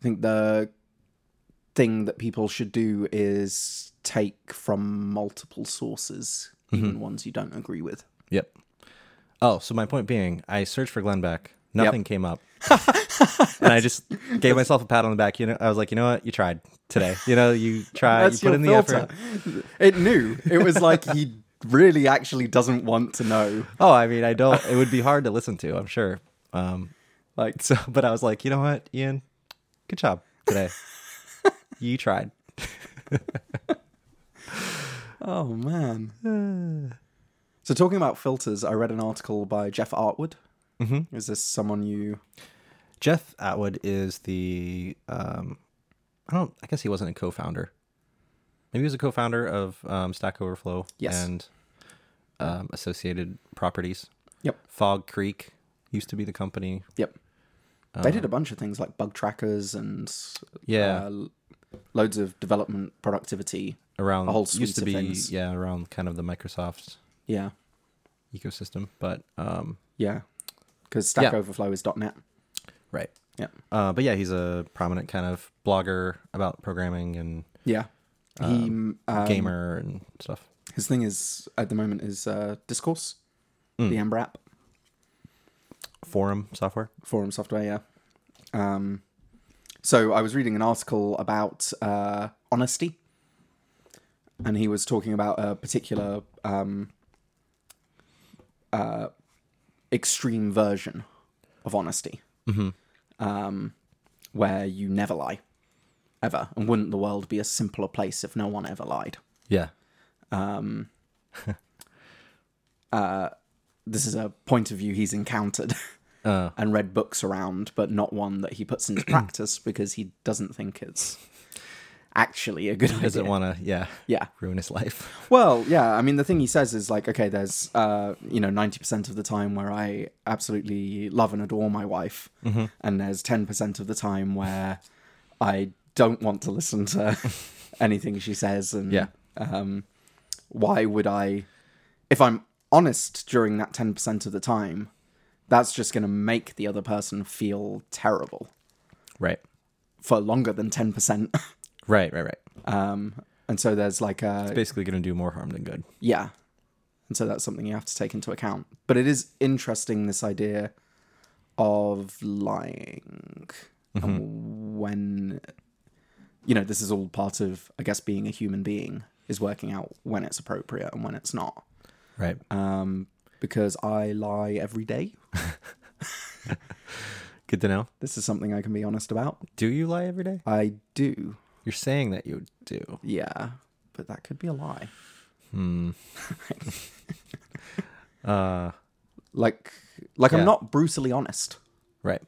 [SPEAKER 1] I think the thing that people should do is take from multiple sources,
[SPEAKER 2] Mm-hmm.
[SPEAKER 1] even ones you don't agree with.
[SPEAKER 2] yep oh so my point being i searched for glenn beck nothing came up and i just gave myself a pat on the back you know i was like you know what you tried today you know you tried Uh, you
[SPEAKER 1] That's
[SPEAKER 2] put in the
[SPEAKER 1] your
[SPEAKER 2] effort
[SPEAKER 1] filter. It knew. It was like he really actually doesn't want to know.
[SPEAKER 2] Oh, I mean, I don't. It would be hard to listen to, I'm sure. Um,
[SPEAKER 1] Like
[SPEAKER 2] so, but I was like, you know what, Ian, good job today. you tried.
[SPEAKER 1] Oh man. so talking about filters, I read an article by Jeff Artwood. Mm-hmm. Is this someone you?
[SPEAKER 2] Jeff Atwood is the. Um, I don't. I guess he wasn't a co-founder. Maybe he was a co-founder of um, Stack Overflow
[SPEAKER 1] Yes.
[SPEAKER 2] and um, associated properties.
[SPEAKER 1] Yep.
[SPEAKER 2] Fog Creek used to be the company.
[SPEAKER 1] Yep. they
[SPEAKER 2] Uh,
[SPEAKER 1] did a bunch of things like bug trackers and
[SPEAKER 2] Yeah.
[SPEAKER 1] uh, loads of development productivity.
[SPEAKER 2] Around
[SPEAKER 1] a whole
[SPEAKER 2] used
[SPEAKER 1] suite
[SPEAKER 2] to
[SPEAKER 1] of
[SPEAKER 2] be
[SPEAKER 1] things.
[SPEAKER 2] yeah around kind of the Microsoft
[SPEAKER 1] Yeah,
[SPEAKER 2] ecosystem, but um,
[SPEAKER 1] yeah. Because Stack
[SPEAKER 2] Yeah.
[SPEAKER 1] Overflow is .NET.
[SPEAKER 2] right.
[SPEAKER 1] Yeah,
[SPEAKER 2] Uh, but yeah, he's a prominent kind of blogger about programming and
[SPEAKER 1] yeah. He um,
[SPEAKER 2] gamer and stuff.
[SPEAKER 1] his thing is at the moment is uh, Discourse, the Ember app.
[SPEAKER 2] Forum software.
[SPEAKER 1] forum software, yeah. Um, so I was reading an article about uh, honesty, and he was talking about a particular um, uh, extreme version of honesty, um, where you never lie, ever. And wouldn't the world be a simpler place if no one ever lied?
[SPEAKER 2] Yeah.
[SPEAKER 1] This is a point of view he's encountered.
[SPEAKER 2] Uh,
[SPEAKER 1] and read books around, but not one that he puts into practice because he doesn't think it's actually a good
[SPEAKER 2] doesn't
[SPEAKER 1] idea.
[SPEAKER 2] want to. Yeah.
[SPEAKER 1] Yeah.
[SPEAKER 2] Ruin his life.
[SPEAKER 1] Well, yeah. I mean, the thing he says is like, okay, there's uh, you know, ninety percent of the time where I absolutely love and adore my wife, and there's ten percent of the time where I don't want to listen to anything she says, and
[SPEAKER 2] Yeah.
[SPEAKER 1] um, why would I? If I'm honest during that ten percent of the time, that's just going to make the other person feel terrible
[SPEAKER 2] Right.
[SPEAKER 1] for longer than ten percent.
[SPEAKER 2] Right. Right. Right.
[SPEAKER 1] um, and so there's like a
[SPEAKER 2] Basically, going to do more harm than good.
[SPEAKER 1] yeah. And so that's something you have to take into account. But it is interesting this idea of lying. And when, you know, this is all part of, I guess, being a human being, is working out when it's appropriate and when it's not.
[SPEAKER 2] Right.
[SPEAKER 1] Um, because I lie every day.
[SPEAKER 2] good to know.
[SPEAKER 1] This is something I can be honest about.
[SPEAKER 2] Do you lie every day?
[SPEAKER 1] I do.
[SPEAKER 2] You're saying that you do. Hmm.
[SPEAKER 1] Yeah. But that could be a lie.
[SPEAKER 2] Uh,
[SPEAKER 1] Like, like
[SPEAKER 2] Yeah.
[SPEAKER 1] I'm not brutally honest.
[SPEAKER 2] right.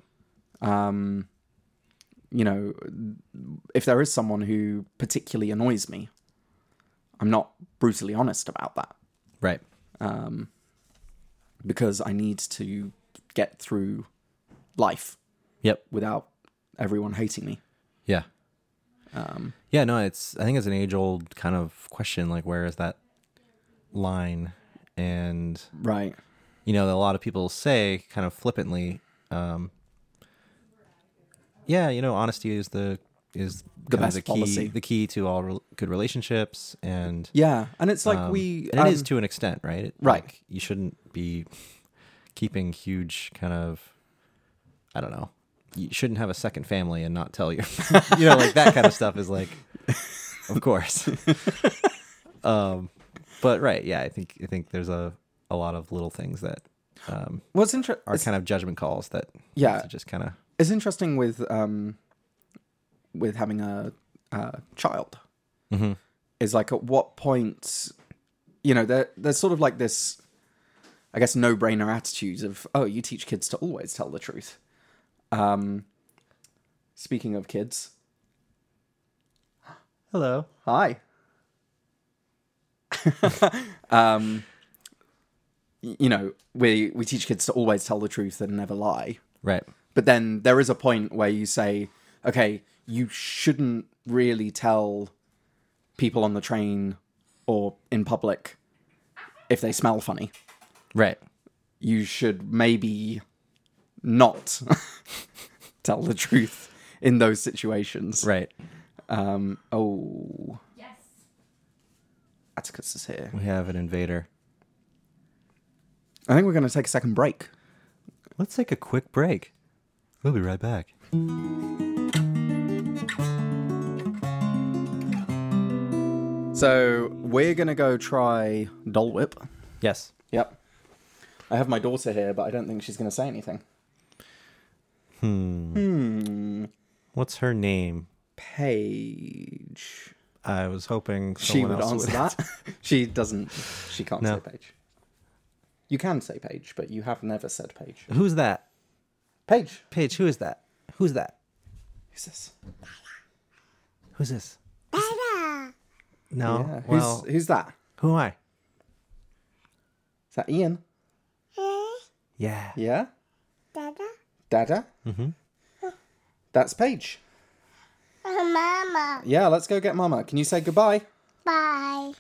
[SPEAKER 1] um you know, if there is someone who particularly annoys me, I'm not brutally honest about that um,
[SPEAKER 2] Right.
[SPEAKER 1] because I need to get through life
[SPEAKER 2] Yep.
[SPEAKER 1] without everyone hating me. Um,
[SPEAKER 2] Yeah. Um, yeah, no, it's I think it's an age old kind of question, like where is that line? And
[SPEAKER 1] Right.
[SPEAKER 2] you know, a lot of people say kind of flippantly, um, yeah, you know, honesty is the
[SPEAKER 1] The
[SPEAKER 2] is kind of
[SPEAKER 1] best
[SPEAKER 2] the key
[SPEAKER 1] policy.
[SPEAKER 2] the key to all rel good relationships and
[SPEAKER 1] Yeah, and it's like
[SPEAKER 2] um,
[SPEAKER 1] we
[SPEAKER 2] and it is
[SPEAKER 1] um,
[SPEAKER 2] to an extent, right? It-
[SPEAKER 1] right.
[SPEAKER 2] like, you shouldn't be keeping huge kind of I don't know. You shouldn't have a second family and not tell your you know, like that kind of stuff is like of course. um but right, yeah, I think I think there's a a lot of little things that um
[SPEAKER 1] well, it's, inter-
[SPEAKER 2] are
[SPEAKER 1] it's,
[SPEAKER 2] kind of judgment calls that you
[SPEAKER 1] Yeah.
[SPEAKER 2] have to just kind of
[SPEAKER 1] it's interesting with um with having a, a child
[SPEAKER 2] Mhm.
[SPEAKER 1] is like at what point you know there there's sort of like this I guess no brainer attitudes of oh you teach kids to always tell the truth. Um, speaking of kids,
[SPEAKER 2] hello.
[SPEAKER 1] Hi. um, y- you know, we we teach kids to always tell the truth and never lie.
[SPEAKER 2] Right.
[SPEAKER 1] But then there is a point where you say, okay, you shouldn't really tell people on the train or in public if they smell funny.
[SPEAKER 2] Right.
[SPEAKER 1] You should maybe not tell the truth in those situations.
[SPEAKER 2] Right.
[SPEAKER 1] Um, oh,
[SPEAKER 3] Yes.
[SPEAKER 1] Atticus is here.
[SPEAKER 2] We have an invader.
[SPEAKER 1] I think we're going to take a second break.
[SPEAKER 2] Let's take a quick break. We'll be right back.
[SPEAKER 1] So we're going to go try Dole Whip.
[SPEAKER 2] Yes.
[SPEAKER 1] Yep. I have my daughter here, but I don't think she's going to say anything.
[SPEAKER 2] What's her name?
[SPEAKER 1] Paige.
[SPEAKER 2] I was hoping
[SPEAKER 1] She
[SPEAKER 2] someone
[SPEAKER 1] would
[SPEAKER 2] else
[SPEAKER 1] answer that. she doesn't. She can't
[SPEAKER 2] No.
[SPEAKER 1] say Paige. You can say Paige, but you have never said Paige.
[SPEAKER 2] Who's that?
[SPEAKER 1] Paige.
[SPEAKER 2] Paige, who is that? Who's that?
[SPEAKER 1] Who's this?
[SPEAKER 2] Who's this? No.
[SPEAKER 1] Yeah.
[SPEAKER 2] Well,
[SPEAKER 1] Who's, who's that?
[SPEAKER 2] who am I?
[SPEAKER 1] Is that Ian?
[SPEAKER 2] Yeah.
[SPEAKER 1] Yeah? Dada? Mm-hmm. That's Paige.
[SPEAKER 3] Mama.
[SPEAKER 1] Yeah, let's go get Mama. Can you say goodbye?
[SPEAKER 3] Bye.